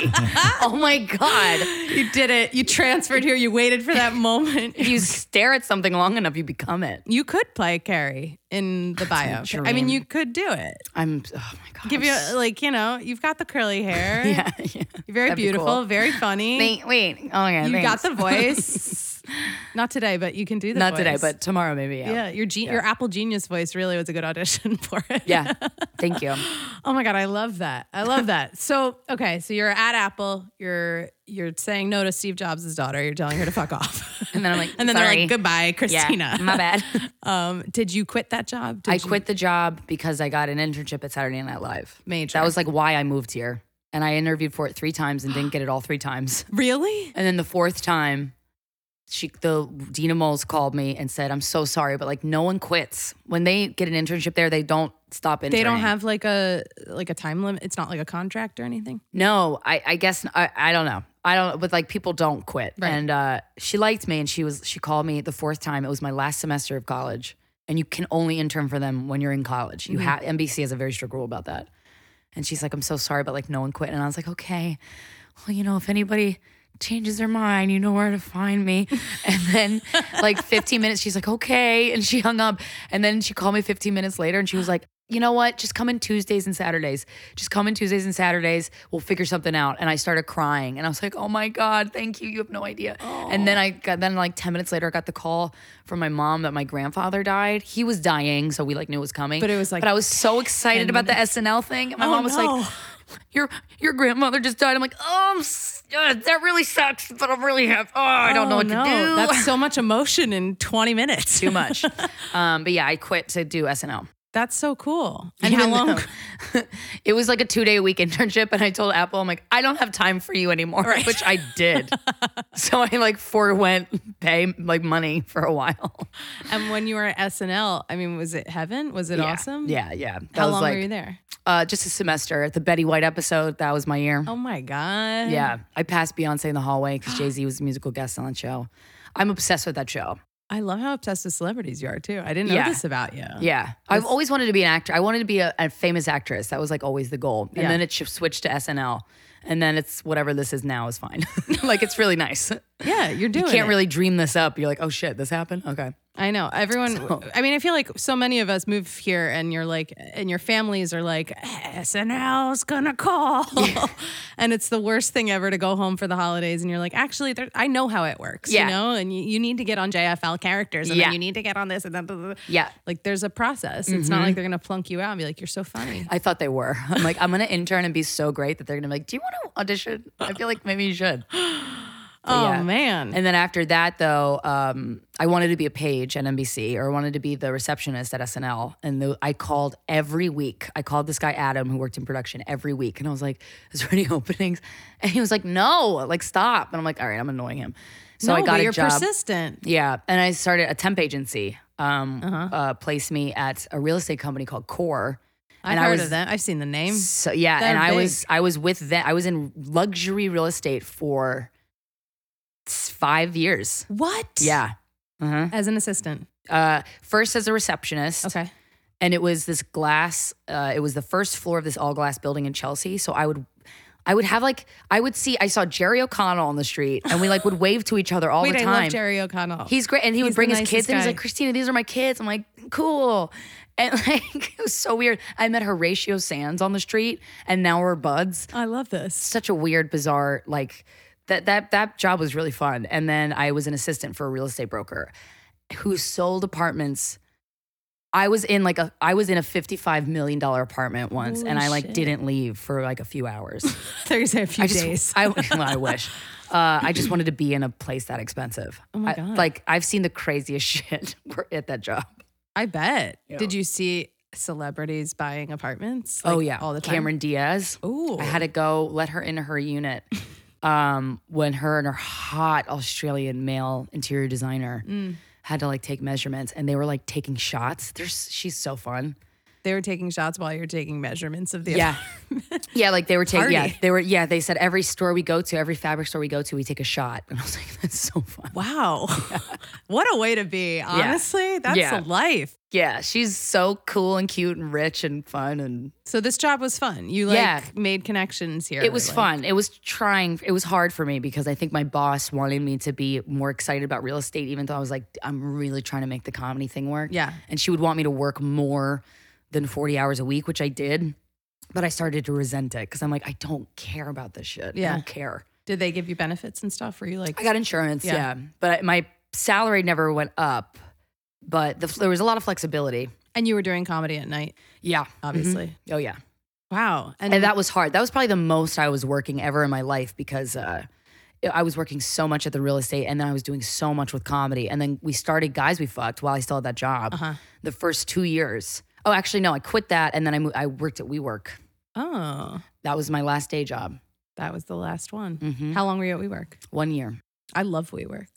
Speaker 3: oh my God.
Speaker 2: You did it. You transferred here. You waited for that moment.
Speaker 3: If you stare at something long enough, you become it.
Speaker 2: You could play Carrie in the bio.
Speaker 3: my
Speaker 2: I mean,
Speaker 3: dream.
Speaker 2: you could do it.
Speaker 3: I'm oh my god.
Speaker 2: Give
Speaker 3: I'm
Speaker 2: you
Speaker 3: s-
Speaker 2: like you know, you've got the curly hair.
Speaker 3: yeah, yeah.
Speaker 2: You're very
Speaker 3: That'd be
Speaker 2: beautiful,
Speaker 3: cool.
Speaker 2: very funny.
Speaker 3: Wait, wait. Oh my god.
Speaker 2: you
Speaker 3: thanks.
Speaker 2: got the voice. Not today, but you can do the
Speaker 3: Not
Speaker 2: voice.
Speaker 3: today, but tomorrow maybe. Yeah.
Speaker 2: Yeah, your gen- your Apple Genius voice really was a good audition for it.
Speaker 3: Yeah. Thank you.
Speaker 2: Oh my god, I love that. I love that. So okay, so you're at Apple. You're you're saying no to Steve Jobs' daughter. You're telling her to fuck off.
Speaker 3: And then I'm like,
Speaker 2: and then they're
Speaker 3: "Sorry."
Speaker 2: like, goodbye,
Speaker 3: Yeah.
Speaker 2: Christina.
Speaker 3: My bad.
Speaker 2: Um, did you quit that job? Did
Speaker 3: I
Speaker 2: you-
Speaker 3: quit the job because I got an internship at Saturday Night Live.
Speaker 2: Major.
Speaker 3: That was like why I moved here. And I interviewed for it three times and didn't get it all three times.
Speaker 2: Really?
Speaker 3: And then the fourth time, she the Dina Moles called me and said, I'm so sorry, but like no one quits. When they get an internship there, they don't stop
Speaker 2: They
Speaker 3: interning.
Speaker 2: don't have like a like a time limit. It's not like a contract or anything.
Speaker 3: No, I, I guess I, I don't know. I don't, but like people don't quit.
Speaker 2: Right.
Speaker 3: And uh, she liked me, and she was she called me the fourth time. It was my last semester of college, and you can only intern for them when you're in college. You have NBC has a very strict rule about that. And she's like, "I'm so sorry, but like no one quit." And I was like, "Okay, well, you know, if anybody changes their mind, you know where to find me." And then like 15 minutes, she's like, "Okay," and she hung up. And then she called me 15 minutes later, and she was like. You know what? Just come in Tuesdays and Saturdays. Just come in Tuesdays and Saturdays. We'll figure something out. And I started crying, and I was like, "Oh my god, thank you. You have no idea." And then I got then like ten minutes later, I got the call from my mom that my grandfather died. He was dying, so we like knew it was coming.
Speaker 2: But it was, like,
Speaker 3: but I was so excited about the SNL thing. And my
Speaker 2: Oh,
Speaker 3: mom was
Speaker 2: no.
Speaker 3: like, your your grandmother just died. I'm like, oh, I'm s- uh, that really sucks, but I'm really happy. Oh, I don't know what to do.
Speaker 2: That's so much emotion in 20 minutes.
Speaker 3: too much. um, but yeah, I quit to do SNL.
Speaker 2: That's so cool. And how
Speaker 3: Even
Speaker 2: long?
Speaker 3: though- it was like a two day a week internship, and I told Apple, I'm like, I don't have time for you anymore, which I did. so I like forewent pay like money for a while.
Speaker 2: And when you were at SNL, I mean, was it heaven? Was it
Speaker 3: Yeah.
Speaker 2: awesome?
Speaker 3: Yeah, yeah. That
Speaker 2: How
Speaker 3: was
Speaker 2: long
Speaker 3: like,
Speaker 2: were you there?
Speaker 3: Uh, just a semester at the Betty White episode. That was my year.
Speaker 2: Oh my god.
Speaker 3: Yeah, I passed Beyonce in the hallway because Jay Z was a musical guest on that show. I'm obsessed with that show.
Speaker 2: I love how obsessed with celebrities you are too. I didn't know
Speaker 3: Yeah.
Speaker 2: this about you.
Speaker 3: Yeah, I've always wanted to be an actor. I wanted to be a, a famous actress. That was like always the goal. And
Speaker 2: Yeah.
Speaker 3: then it sh- switched to SNL, and then it's whatever this is now is fine. like it's really nice.
Speaker 2: Yeah, you're doing.
Speaker 3: You can't
Speaker 2: it.
Speaker 3: really dream this up. You're like, oh shit, this happened. Okay.
Speaker 2: I know everyone.
Speaker 3: So-
Speaker 2: I mean, I feel like so many of us move here, and you're like, and your families are like, SNL's gonna call, and it's the worst thing ever to go home for the holidays, and you're like, actually, there, I know how it works,
Speaker 3: Yeah.
Speaker 2: you know, and you, you need to get on JFL characters, and
Speaker 3: Yeah.
Speaker 2: then you need to get on this, and then blah, blah, blah.
Speaker 3: Yeah. Mm-hmm.
Speaker 2: like there's a process. It's not like they're gonna plunk you out and be like, you're so funny.
Speaker 3: I thought they were. I'm like, I'm gonna intern and be so great that they're gonna be like, do you want to audition? I feel like maybe you should.
Speaker 2: oh
Speaker 3: yeah.
Speaker 2: man,
Speaker 3: And then after that, though, um, I wanted to be a page at NBC or I wanted to be the receptionist at SNL. And the, I called every week. I called this guy, Adam, who worked in production every week. And I was like, is there any openings? And he was like, no, like, stop. And I'm like, all right, I'm annoying him. So
Speaker 2: no,
Speaker 3: oh, I got
Speaker 2: but
Speaker 3: a
Speaker 2: you're
Speaker 3: job.
Speaker 2: persistent.
Speaker 3: Yeah. And I started a temp agency, um,
Speaker 2: Uh-huh.
Speaker 3: uh placed me at a real estate company called Core.
Speaker 2: I've
Speaker 3: and I
Speaker 2: heard
Speaker 3: was
Speaker 2: of that. I've seen the name.
Speaker 3: so yeah,
Speaker 2: They're
Speaker 3: and I
Speaker 2: big.
Speaker 3: was I was with them. I was in luxury real estate for s- five years.
Speaker 2: What?
Speaker 3: Yeah. Uh-huh.
Speaker 2: as an assistant.
Speaker 3: Uh, first as a receptionist,
Speaker 2: Okay.
Speaker 3: and it was this glass. Uh, it was the first floor of this all glass building in Chelsea. So I would, I would have like I would see. I saw Jerry O'Connell on the street, and we like would wave to each other all
Speaker 2: Wait,
Speaker 3: the
Speaker 2: I
Speaker 3: time.
Speaker 2: love Jerry O'Connell.
Speaker 3: He's great. And he
Speaker 2: He's
Speaker 3: would bring
Speaker 2: the
Speaker 3: his
Speaker 2: nicest
Speaker 3: kids and he's
Speaker 2: guy.
Speaker 3: like, Christina, these are my kids. I'm like, cool. And like, it was so weird. I met Horatio Sands on the street and now we're buds.
Speaker 2: I love this.
Speaker 3: Such a weird, bizarre, like that that that job was really fun. And then I was an assistant for a real estate broker who sold apartments. I was in like a I was in a $55 million apartment once and
Speaker 2: Holy
Speaker 3: I like
Speaker 2: shit.
Speaker 3: didn't leave for like a few hours.
Speaker 2: Thursday, a few
Speaker 3: I just,
Speaker 2: days.
Speaker 3: I, well, I wish. Uh, I just wanted to be in a place that expensive.
Speaker 2: Oh my
Speaker 3: I-
Speaker 2: God.
Speaker 3: like I've seen the craziest shit at that job.
Speaker 2: I bet.
Speaker 3: Yeah.
Speaker 2: Did you see celebrities buying apartments?
Speaker 3: oh
Speaker 2: like,
Speaker 3: yeah,
Speaker 2: all the time.
Speaker 3: Cameron Diaz.
Speaker 2: Ooh,
Speaker 3: I had to go let her into her unit um, when her and her hot Australian male interior designer
Speaker 2: Mm.
Speaker 3: had to like take measurements, and they were like taking shots. There's she's so fun.
Speaker 2: they were taking shots while you're taking measurements of the.
Speaker 3: Yeah. Yeah, like they were taking. Yeah,
Speaker 2: Party.
Speaker 3: they were. Yeah, they said every store we go to, every fabric store we go to, we take a shot. And I was like, that's so fun.
Speaker 2: Wow, what a way to be. Honestly, that's
Speaker 3: Yeah.
Speaker 2: a life.
Speaker 3: Yeah, she's so cool and cute and rich and fun and
Speaker 2: So this job was fun. You like
Speaker 3: Yeah.
Speaker 2: made connections here.
Speaker 3: it was
Speaker 2: like-
Speaker 3: fun. It was trying. It was hard for me because I think my boss wanted me to be more excited about real estate, even though I was like, I'm really trying to make the comedy thing work.
Speaker 2: Yeah.
Speaker 3: And she would want me to work more than 40 hours a week, which I did. But I started to resent it because I'm like, I don't care about this shit. I
Speaker 2: Yeah.
Speaker 3: don't care.
Speaker 2: Did they give you benefits and stuff? Were you like,
Speaker 3: I got insurance.
Speaker 2: Yeah.
Speaker 3: Yeah. But my salary never went up, but the, there was a lot of flexibility.
Speaker 2: and you were doing comedy at night,
Speaker 3: Yeah.
Speaker 2: obviously.
Speaker 3: Mhm. Oh, yeah.
Speaker 2: Wow, and,
Speaker 3: Mm-hmm. and that was hard. That was probably the most I was working ever in my life because uh, I was working so much at the real estate, and then I was doing so much with comedy. And then we started Guys We Fucked while I still had that job.
Speaker 2: Uh-huh.
Speaker 3: The first two years. Oh, actually, no, I quit that, and then I mo- I worked at WeWork.
Speaker 2: oh,
Speaker 3: That was my last day job.
Speaker 2: that was the last one.
Speaker 3: Mhm.
Speaker 2: How long were you at WeWork?
Speaker 3: One year.
Speaker 2: I love WeWork.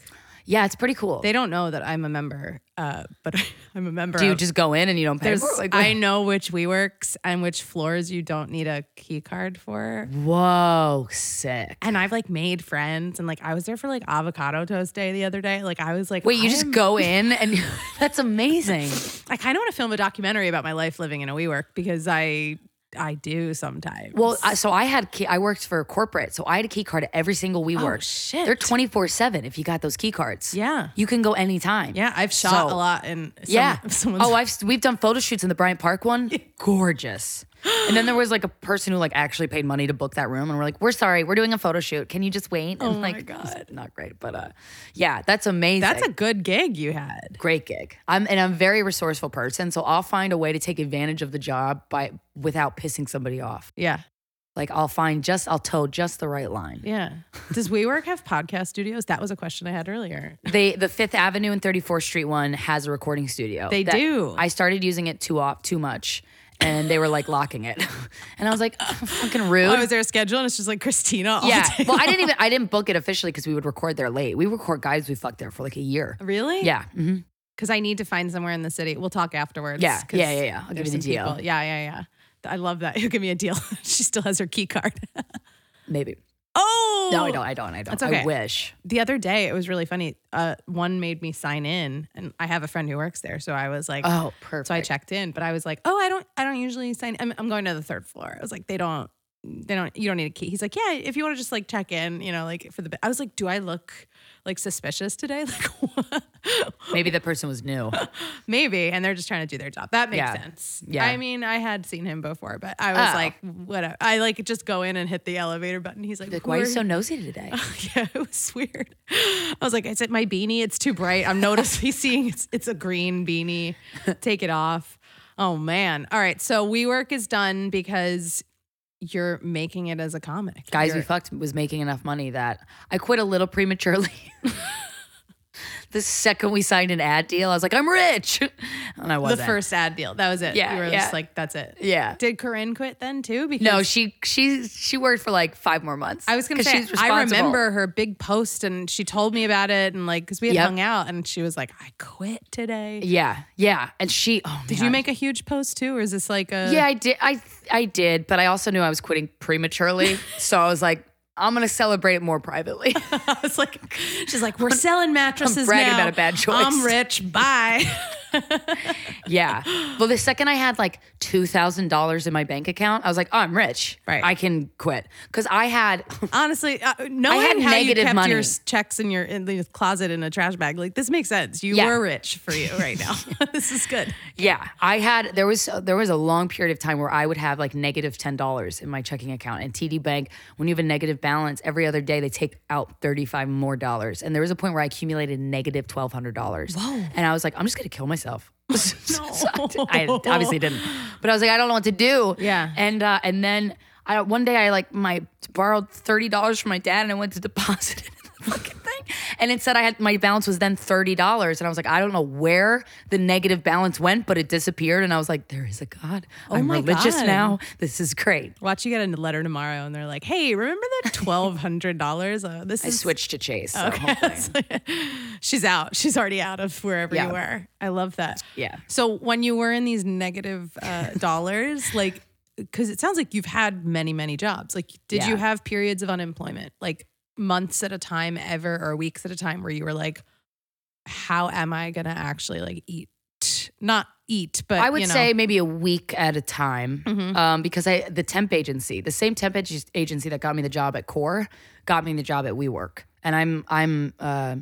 Speaker 3: Yeah, it's pretty cool.
Speaker 2: Oh. They don't know that I'm a member, uh, but I'm a member.
Speaker 3: Do you
Speaker 2: of-
Speaker 3: just go in and you don't pay?
Speaker 2: there's,
Speaker 3: for it? Like,
Speaker 2: I know which WeWorks and which floors you don't need a key card for.
Speaker 3: whoa, sick.
Speaker 2: And I've like made friends, and like I was there for like avocado toast day the other day. Like I was like,
Speaker 3: Wait, you
Speaker 2: I
Speaker 3: just
Speaker 2: am-
Speaker 3: go in and that's amazing.
Speaker 2: I kind of want to film a documentary about my life living in a WeWork because I I do sometimes.
Speaker 3: Well, I, so I had key, I worked for corporate, so I had a key card at every single WeWork.
Speaker 2: Oh, shit.
Speaker 3: They're twenty four seven. If you got those key cards,
Speaker 2: Yeah.
Speaker 3: you can go anytime.
Speaker 2: yeah, I've shot
Speaker 3: So-
Speaker 2: a lot, and some,
Speaker 3: Yeah.
Speaker 2: someone's
Speaker 3: oh, I've we've done photo shoots in the Bryant Park one. Gorgeous. And then there was like a person who like actually paid money to book that room, and we're like, "We're sorry, we're doing a photo shoot. Can you just wait?" And oh like, my god, not great, but uh, yeah, that's amazing.
Speaker 2: that's a good gig you had.
Speaker 3: great gig. I'm and I'm a very resourceful person, so I'll find a way to take advantage of the job by without pissing somebody off.
Speaker 2: Yeah,
Speaker 3: Like I'll find just I'll toe just the right line.
Speaker 2: yeah. Does WeWork have podcast studios? That was a question I had earlier.
Speaker 3: They the Fifth Avenue and Thirty Fourth Street one has a recording studio.
Speaker 2: They
Speaker 3: that-
Speaker 2: do.
Speaker 3: I started using it too off too much, and they were like locking it, and I was like, fucking rude.
Speaker 2: I was there scheduled, and it's just like Christina. All
Speaker 3: yeah.
Speaker 2: day
Speaker 3: Well, I didn't even I didn't book it officially because we would record there late. We record guys we fucked there for like a year.
Speaker 2: Really?
Speaker 3: Yeah. hmm
Speaker 2: Because I need to find somewhere in the city. We'll talk afterwards.
Speaker 3: Yeah.
Speaker 2: 'cause
Speaker 3: Yeah, yeah, yeah. I'll give
Speaker 2: there's
Speaker 3: you the
Speaker 2: some
Speaker 3: deal.
Speaker 2: people- Yeah, yeah, yeah. I love that. He'll give me a deal. she still has her key card.
Speaker 3: Maybe.
Speaker 2: oh
Speaker 3: No, I don't. I don't. I don't.
Speaker 2: That's okay.
Speaker 3: I wish.
Speaker 2: the other day it was really funny. Uh, one made me sign in, and I have a friend who works there, so I was like,
Speaker 3: Oh, perfect.
Speaker 2: so I checked in, but I was like, oh, I don't, I don't usually sign. I'm, I'm going to the third floor. I was like, they don't, they don't, you don't need a key. He's like, yeah, if you want to just like check in, you know, like for the. I was like, do I look like suspicious today? Like, what?
Speaker 3: Maybe the person was new.
Speaker 2: maybe, and they're just trying to do their job. That makes
Speaker 3: Yeah.
Speaker 2: sense.
Speaker 3: Yeah.
Speaker 2: I mean, I had seen him before, but I was
Speaker 3: Oh.
Speaker 2: like, whatever. I like just go in and hit the elevator button. He's like,
Speaker 3: Like, why are you
Speaker 2: "Who
Speaker 3: so nosy today?
Speaker 2: yeah, it was weird. I was like, is it my beanie? It's too bright. I'm noticing seeing it's it's a green beanie. Take it off. Oh man. All right. So WeWork is done because you're making it as a comic.
Speaker 3: Guys
Speaker 2: You're-
Speaker 3: we fucked was making enough money that I quit a little prematurely. the second we signed an ad deal, I was like, I'm rich, and I
Speaker 2: the
Speaker 3: wasn't.
Speaker 2: first ad deal. That was it.
Speaker 3: Yeah,
Speaker 2: You were
Speaker 3: yeah.
Speaker 2: just like, that's it.
Speaker 3: Yeah.
Speaker 2: Did Corinne quit then too? Because
Speaker 3: No, she she she worked for like five more months.
Speaker 2: I was gonna
Speaker 3: 'Cause
Speaker 2: say
Speaker 3: she's
Speaker 2: I
Speaker 3: responsible.
Speaker 2: remember her big post and she told me about it and like because we had
Speaker 3: Yep.
Speaker 2: hung out and she was like, I quit today.
Speaker 3: Yeah, yeah, and she. Oh,
Speaker 2: Did you make a huge post too, or is this like a
Speaker 3: Yeah, I did. I I did, but I also knew I was quitting prematurely, so I was like, I'm gonna celebrate it more privately.
Speaker 2: I was like, she's like, we're selling mattresses
Speaker 3: bragging
Speaker 2: now.
Speaker 3: about a bad choice.
Speaker 2: I'm rich. Bye.
Speaker 3: yeah. Well, the second I had like two thousand dollars in my bank account, I was like, oh, I'm rich.
Speaker 2: Right.
Speaker 3: I can quit because I had.
Speaker 2: Honestly, uh, knowing
Speaker 3: had
Speaker 2: how you
Speaker 3: negative
Speaker 2: kept
Speaker 3: money.
Speaker 2: your s- checks in your in the closet in a trash bag, like this makes sense. You
Speaker 3: Yeah.
Speaker 2: were rich for you right now. this is good.
Speaker 3: Yeah, I had there was there was a long period of time where I would have like negative ten dollars in my checking account. And TD Bank, when you have a negative balance, every other day they take out thirty five more dollars. And there was a point where I accumulated negative twelve hundred dollars. And I was like, I'm just gonna kill myself. So I did- I obviously didn't, but I was like, I don't know what to do.
Speaker 2: Yeah.
Speaker 3: And uh, and then I one day I like my borrowed thirty dollars from my dad and I went to deposit it in the fucking thing. And it said I had my balance was then thirty dollars. And I was like, I don't know where the negative balance went, but it disappeared. And I was like, there is a God. I'm
Speaker 2: Oh my
Speaker 3: religious
Speaker 2: God.
Speaker 3: now. This is great.
Speaker 2: Watch you get a letter tomorrow, and they're like, "Hey, remember that twelve hundred dollars? Uh, This
Speaker 3: I
Speaker 2: is
Speaker 3: switched to Chase. So
Speaker 2: It's like- she's out. She's already out of wherever
Speaker 3: Yeah.
Speaker 2: you were. I love that.
Speaker 3: Yeah.
Speaker 2: So when you were in these negative uh, dollars, like, because it sounds like you've had many, many jobs. Like, did you
Speaker 3: Yeah.
Speaker 2: have periods of unemployment, like months at a time, ever, or weeks at a time, where you were like, "How am I gonna actually like eat? Not eat, but
Speaker 3: I would
Speaker 2: you know.
Speaker 3: say maybe a week at a time
Speaker 2: Mhm.
Speaker 3: um, because I the temp agency, the same temp ag- agency that got me the job at Core, got me the job at WeWork, and I'm I'm uh,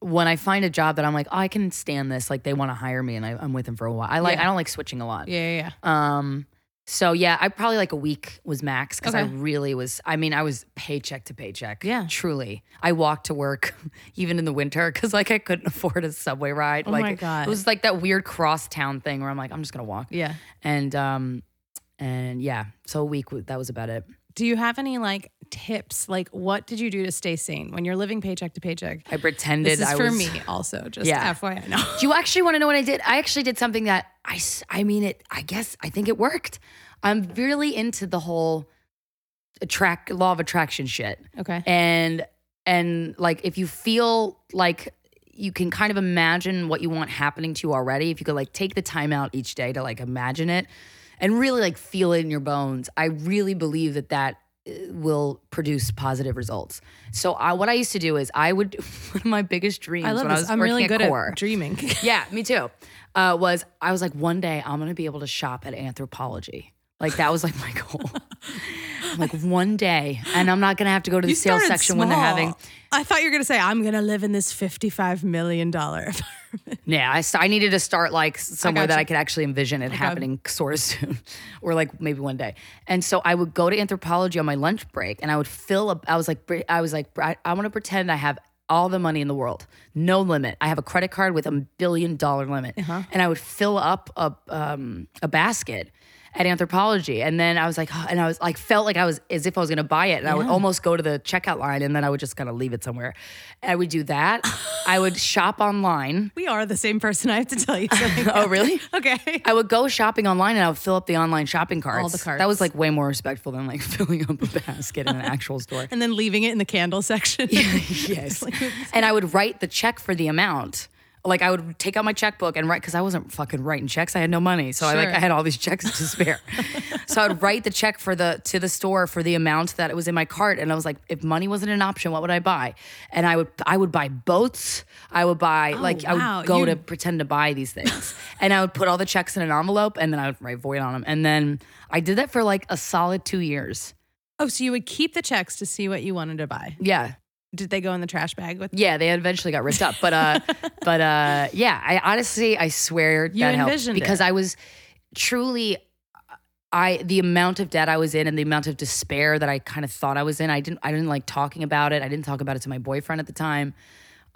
Speaker 3: when I find a job that I'm like oh, I can stand this, like they want to hire me, and I, I'm with them for a while. I like
Speaker 2: Yeah.
Speaker 3: I don't like switching a lot.
Speaker 2: Yeah, yeah, yeah.
Speaker 3: Um, so yeah, I probably like a week was max because I
Speaker 2: Okay.
Speaker 3: really was. I mean, I was paycheck to paycheck.
Speaker 2: Yeah.
Speaker 3: truly. I walked to work even in the winter because like I couldn't afford a subway ride.
Speaker 2: Oh
Speaker 3: like
Speaker 2: my God.
Speaker 3: it was like that weird crosstown thing where I'm like, I'm just gonna walk.
Speaker 2: yeah.
Speaker 3: And um, and yeah, so a week w- that was about it.
Speaker 2: Do you have any like tips? Like, what did you do to stay sane when you're living paycheck to paycheck?
Speaker 3: I pretended
Speaker 2: This is
Speaker 3: I
Speaker 2: for
Speaker 3: was
Speaker 2: me also, just
Speaker 3: Yeah.
Speaker 2: FYI. No.
Speaker 3: Do you actually want to know what I did? I actually did something that I, s- I mean it. I guess I think it worked. I'm really into the whole attract law of attraction shit.
Speaker 2: Okay.
Speaker 3: and and like if you feel like you can kind of imagine what you want happening to you already if you could like take the time out each day to like imagine it and really like feel it in your bones i really believe that that uh, will produce positive results so I, what i used to do is i would one of my biggest dreams
Speaker 2: I love
Speaker 3: when i
Speaker 2: this.
Speaker 3: was
Speaker 2: I'm
Speaker 3: working
Speaker 2: really good
Speaker 3: core,
Speaker 2: at dreaming.
Speaker 3: yeah, me too. Uh, was I was like, one day I'm gonna be able to shop at Anthropology. Like that was like my goal. I'm like one day, and I'm not gonna have to go to the
Speaker 2: you
Speaker 3: sales
Speaker 2: started
Speaker 3: section when they're having.
Speaker 2: small. I thought you were gonna say I'm gonna live in this $55 million apartment.
Speaker 3: Yeah, I, st- I needed to start like s- somewhere that
Speaker 2: gotcha.
Speaker 3: I could actually envision it happening sort of soon, or like maybe one day. And so I would go to anthropology on my lunch break, and I would fill up. I was like, br- I was like, br- I, I want to pretend I have all the money in the world, no limit. I have a credit card with a billion dollar limit, and I would fill up a um, a basket at anthropology and then i was like and i was like felt like i was as if i was going to buy it and i would almost go to the checkout line and then i would just kind of leave it somewhere i would do that i would shop online
Speaker 2: We are the same person. I have to tell you something.
Speaker 3: Oh, really?
Speaker 2: okay.
Speaker 3: I would go shopping online and I would fill up the online shopping carts.
Speaker 2: the carts.
Speaker 3: That was like way more respectful than like filling up a basket in an actual store.
Speaker 2: And then leaving it in the candle section.
Speaker 3: yes. and I would write the check for the amount. Like I would take out my checkbook and write because I wasn't fucking writing checks. I had no money, so I like
Speaker 2: Sure.
Speaker 3: I had all these checks to spare. so I would write the check for the to the store for the amount that it was in my cart, and I was like, if money wasn't an option, what would I buy? And I would I would buy boats. I would buy like I
Speaker 2: Oh, wow.
Speaker 3: would go
Speaker 2: You-
Speaker 3: to pretend to buy these things, and I would put all the checks in an envelope, and then I would write void on them, and then I did that for like a solid two years.
Speaker 2: oh, so you would keep the checks to see what you wanted to buy.
Speaker 3: Yeah,
Speaker 2: Did they go in the trash bag with
Speaker 3: Yeah, they eventually got ripped up. But uh but uh yeah, I honestly I swear
Speaker 2: You
Speaker 3: that helped
Speaker 2: envisioned it.
Speaker 3: because I was truly I the amount of debt I was in and the amount of despair that I kind of thought I was in. I didn't I didn't like talking about it. I didn't talk about it to my boyfriend at the time.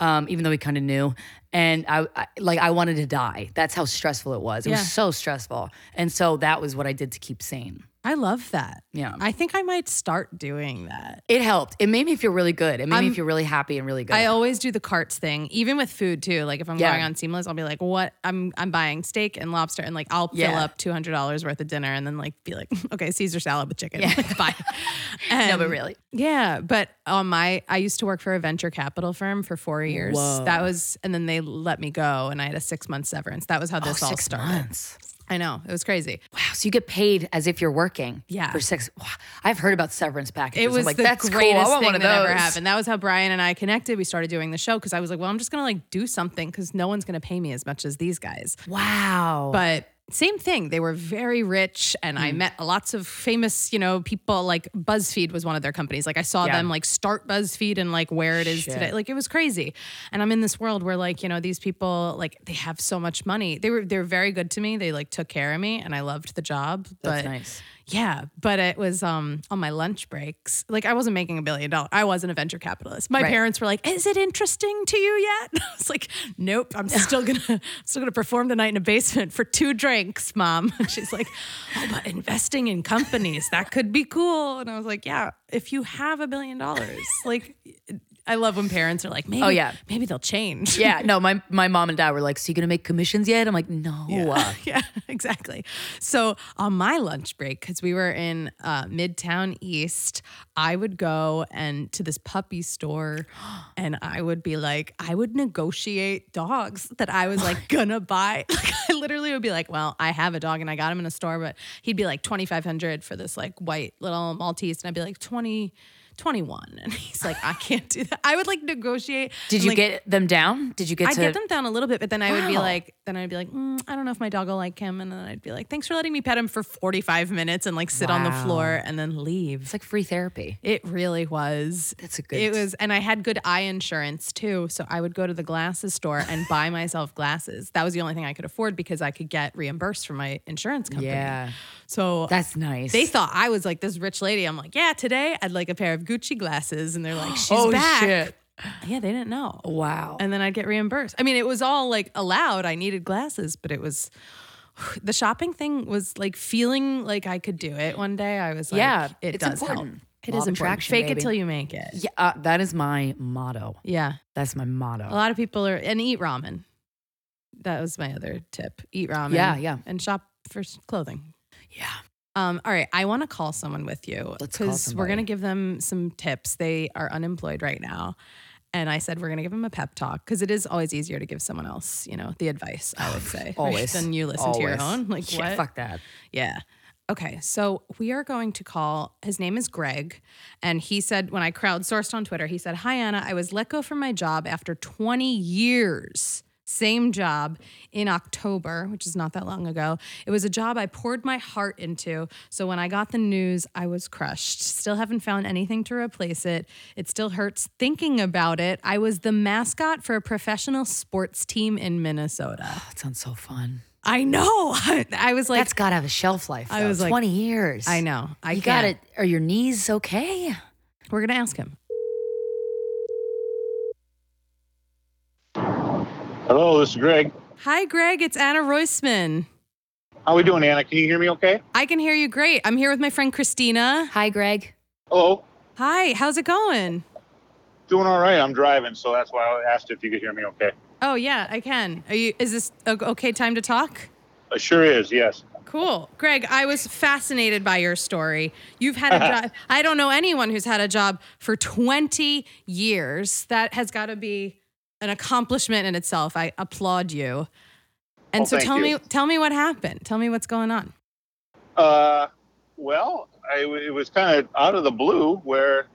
Speaker 3: Um, even though he kind of knew, and I, I like I wanted to die. That's how stressful it was. It
Speaker 2: Yeah.
Speaker 3: was so stressful, and so that was what I did to keep sane.
Speaker 2: I love that.
Speaker 3: Yeah,
Speaker 2: I think I might start doing that.
Speaker 3: it helped. It made me feel really good. It made me
Speaker 2: I'm-
Speaker 3: feel really happy and really good.
Speaker 2: I always do the carts thing, even with food too. Like if I'm
Speaker 3: Yeah.
Speaker 2: going on Seamless, I'll be like, "What? I'm I'm buying steak and lobster, and like I'll fill
Speaker 3: Yeah.
Speaker 2: up two hundred dollars worth of dinner, and then like be like, okay, Caesar salad with chicken, like, bye." And
Speaker 3: no, but really,
Speaker 2: Yeah, but on my I used to work for a venture capital firm for four years. That was, and then they let me go, and I had a six month severance. That was how this all
Speaker 3: Oh, six
Speaker 2: started.
Speaker 3: months.
Speaker 2: I know it was crazy.
Speaker 3: Wow, so you get paid as if you're working.
Speaker 2: Yeah.
Speaker 3: For six. Wow, I've heard about severance packages.
Speaker 2: It
Speaker 3: I'm
Speaker 2: was
Speaker 3: like
Speaker 2: the
Speaker 3: that's cool. I
Speaker 2: greatest
Speaker 3: want
Speaker 2: thing
Speaker 3: one of
Speaker 2: that ever
Speaker 3: those."
Speaker 2: happened. That was how Brian and I connected. We started doing the show because I was like, well, I'm just gonna like do something because no one's gonna pay me as much as these guys.
Speaker 3: Wow. Hmm.
Speaker 2: But same thing. They were very rich, and I met lots of famous, you know, people. Like BuzzFeed was one of their companies. Like I saw
Speaker 3: Yeah.
Speaker 2: them like start BuzzFeed and like where it is today. Like it was crazy. And I'm in this world where like you know these people like they have so much money. They were they were very good to me. They like took care of me, and I loved the job.
Speaker 3: That's
Speaker 2: but
Speaker 3: nice.
Speaker 2: yeah, but it was um on my lunch breaks. Like I wasn't making a billion dollars. I wasn't a venture capitalist. My
Speaker 3: Right.
Speaker 2: parents were like, "Is it interesting to you yet?" I was like, "Nope. I'm still gonna still gonna perform tonight in a basement for two drinks, mom." And she's like, "Oh, but investing in companies that could be cool." And I was like, "Yeah, if you have a billion dollars, like." I love when parents are like, maybe,
Speaker 3: Oh, yeah.
Speaker 2: maybe they'll change.
Speaker 3: yeah. No, my my mom and dad were like, "So you gonna make commissions yet?" I'm like, "No."
Speaker 2: yeah, exactly. So on my lunch break, because we were in uh, Midtown East, I would go and to this puppy store, and I would be like, I would negotiate dogs that I was like gonna buy. Like I literally would be like, well, I have a dog and I got him in a store, but he'd be like twenty five hundred for this like white little Maltese, and I'd be like twenty. 21 and he's like I can't do that. I would like negotiate.
Speaker 3: Did
Speaker 2: and,
Speaker 3: you
Speaker 2: like,
Speaker 3: get them down? Did you get
Speaker 2: I
Speaker 3: to?
Speaker 2: get them down a little bit, but then I would be
Speaker 3: Wow.
Speaker 2: like, then I'd be like, mm, I don't know if my dog will like him, and then I'd be like, thanks for letting me pet him for forty five minutes and like sit on the
Speaker 3: Wow.
Speaker 2: floor and then leave.
Speaker 3: It's like free therapy.
Speaker 2: It really was.
Speaker 3: That's a good-
Speaker 2: It was, and I had good eye insurance too, so I would go to the glasses store and buy myself glasses. That was the only thing I could afford because I could get reimbursed from my insurance company.
Speaker 3: Yeah.
Speaker 2: So
Speaker 3: That's nice.
Speaker 2: they thought I was like this rich lady. I'm like, yeah, today I'd like a pair of Gucci glasses, and they're like, she's
Speaker 3: oh
Speaker 2: back.
Speaker 3: shit.
Speaker 2: Yeah, they didn't know
Speaker 3: Wow.
Speaker 2: and then I'd get reimbursed. I mean, it was all like allowed. I needed glasses, but it was the shopping thing was like feeling like I could do it one day. I was like,
Speaker 3: Yeah,
Speaker 2: it
Speaker 3: it's
Speaker 2: does help.
Speaker 3: important.
Speaker 2: It
Speaker 3: Law
Speaker 2: is
Speaker 3: of
Speaker 2: important.
Speaker 3: attraction,
Speaker 2: Fake it
Speaker 3: baby.
Speaker 2: till you make it.
Speaker 3: yeah, uh, that is my motto.
Speaker 2: Yeah.
Speaker 3: That's my motto.
Speaker 2: A lot of people are and eat ramen. That was my other tip. Eat ramen.
Speaker 3: Yeah, yeah.
Speaker 2: And shop for s- clothing.
Speaker 3: yeah.
Speaker 2: Um, all right, I want to call someone with you
Speaker 3: Let's call
Speaker 2: we're
Speaker 3: somebody.
Speaker 2: going to give them some tips. They are unemployed right now, And I said, we're going to give him a pep talk because it is always easier to give someone else, you know, the advice, I would say.
Speaker 3: Oh, Always.
Speaker 2: Than you listen to your
Speaker 3: Always.
Speaker 2: own. Like,
Speaker 3: Yeah,
Speaker 2: what?
Speaker 3: fuck that.
Speaker 2: Yeah. Okay, so we are going to call. His name is Greg, and he said when I crowdsourced on Twitter, he said, "Hi Anna, I was let go from my job after 20 years, same job, in October, which is not that long ago. It was a job I poured my heart into. So when I got the news, I was crushed. Still haven't found anything to replace it. It still hurts thinking about it. I was the mascot for a professional sports team in Minnesota.
Speaker 3: That sounds so fun.
Speaker 2: I know. I was like."
Speaker 3: That's got to have a shelf life. Though. I
Speaker 2: was like-
Speaker 3: 20 years.
Speaker 2: I know. I
Speaker 3: You
Speaker 2: can't.
Speaker 3: got it. Are your knees okay?
Speaker 2: We're going to ask him.
Speaker 4: Hello, this is Greg.
Speaker 2: Hi, Greg. It's Anna Roisman.
Speaker 4: How we doing, Anna? Can you hear me okay?
Speaker 2: I can hear you great. I'm here with my friend Christina.
Speaker 3: Hi, Greg.
Speaker 4: Hello.
Speaker 2: Hi, how's it going?
Speaker 4: Doing all right. I'm driving, so that's why I asked if you could hear me okay.
Speaker 2: Oh, yeah, I can. Are you, is this a okay time to talk?
Speaker 4: It sure is, yes.
Speaker 2: Cool. Greg, I was fascinated by your story. You've had a job. I don't know anyone who's had a job for 20 years. That has got to be an accomplishment in itself. I applaud you. And
Speaker 4: Well,
Speaker 2: so
Speaker 4: thank
Speaker 2: tell
Speaker 4: you.
Speaker 2: me tell me what happened. Tell me what's going on.
Speaker 4: Uh, well, I, it was kind of out of the blue where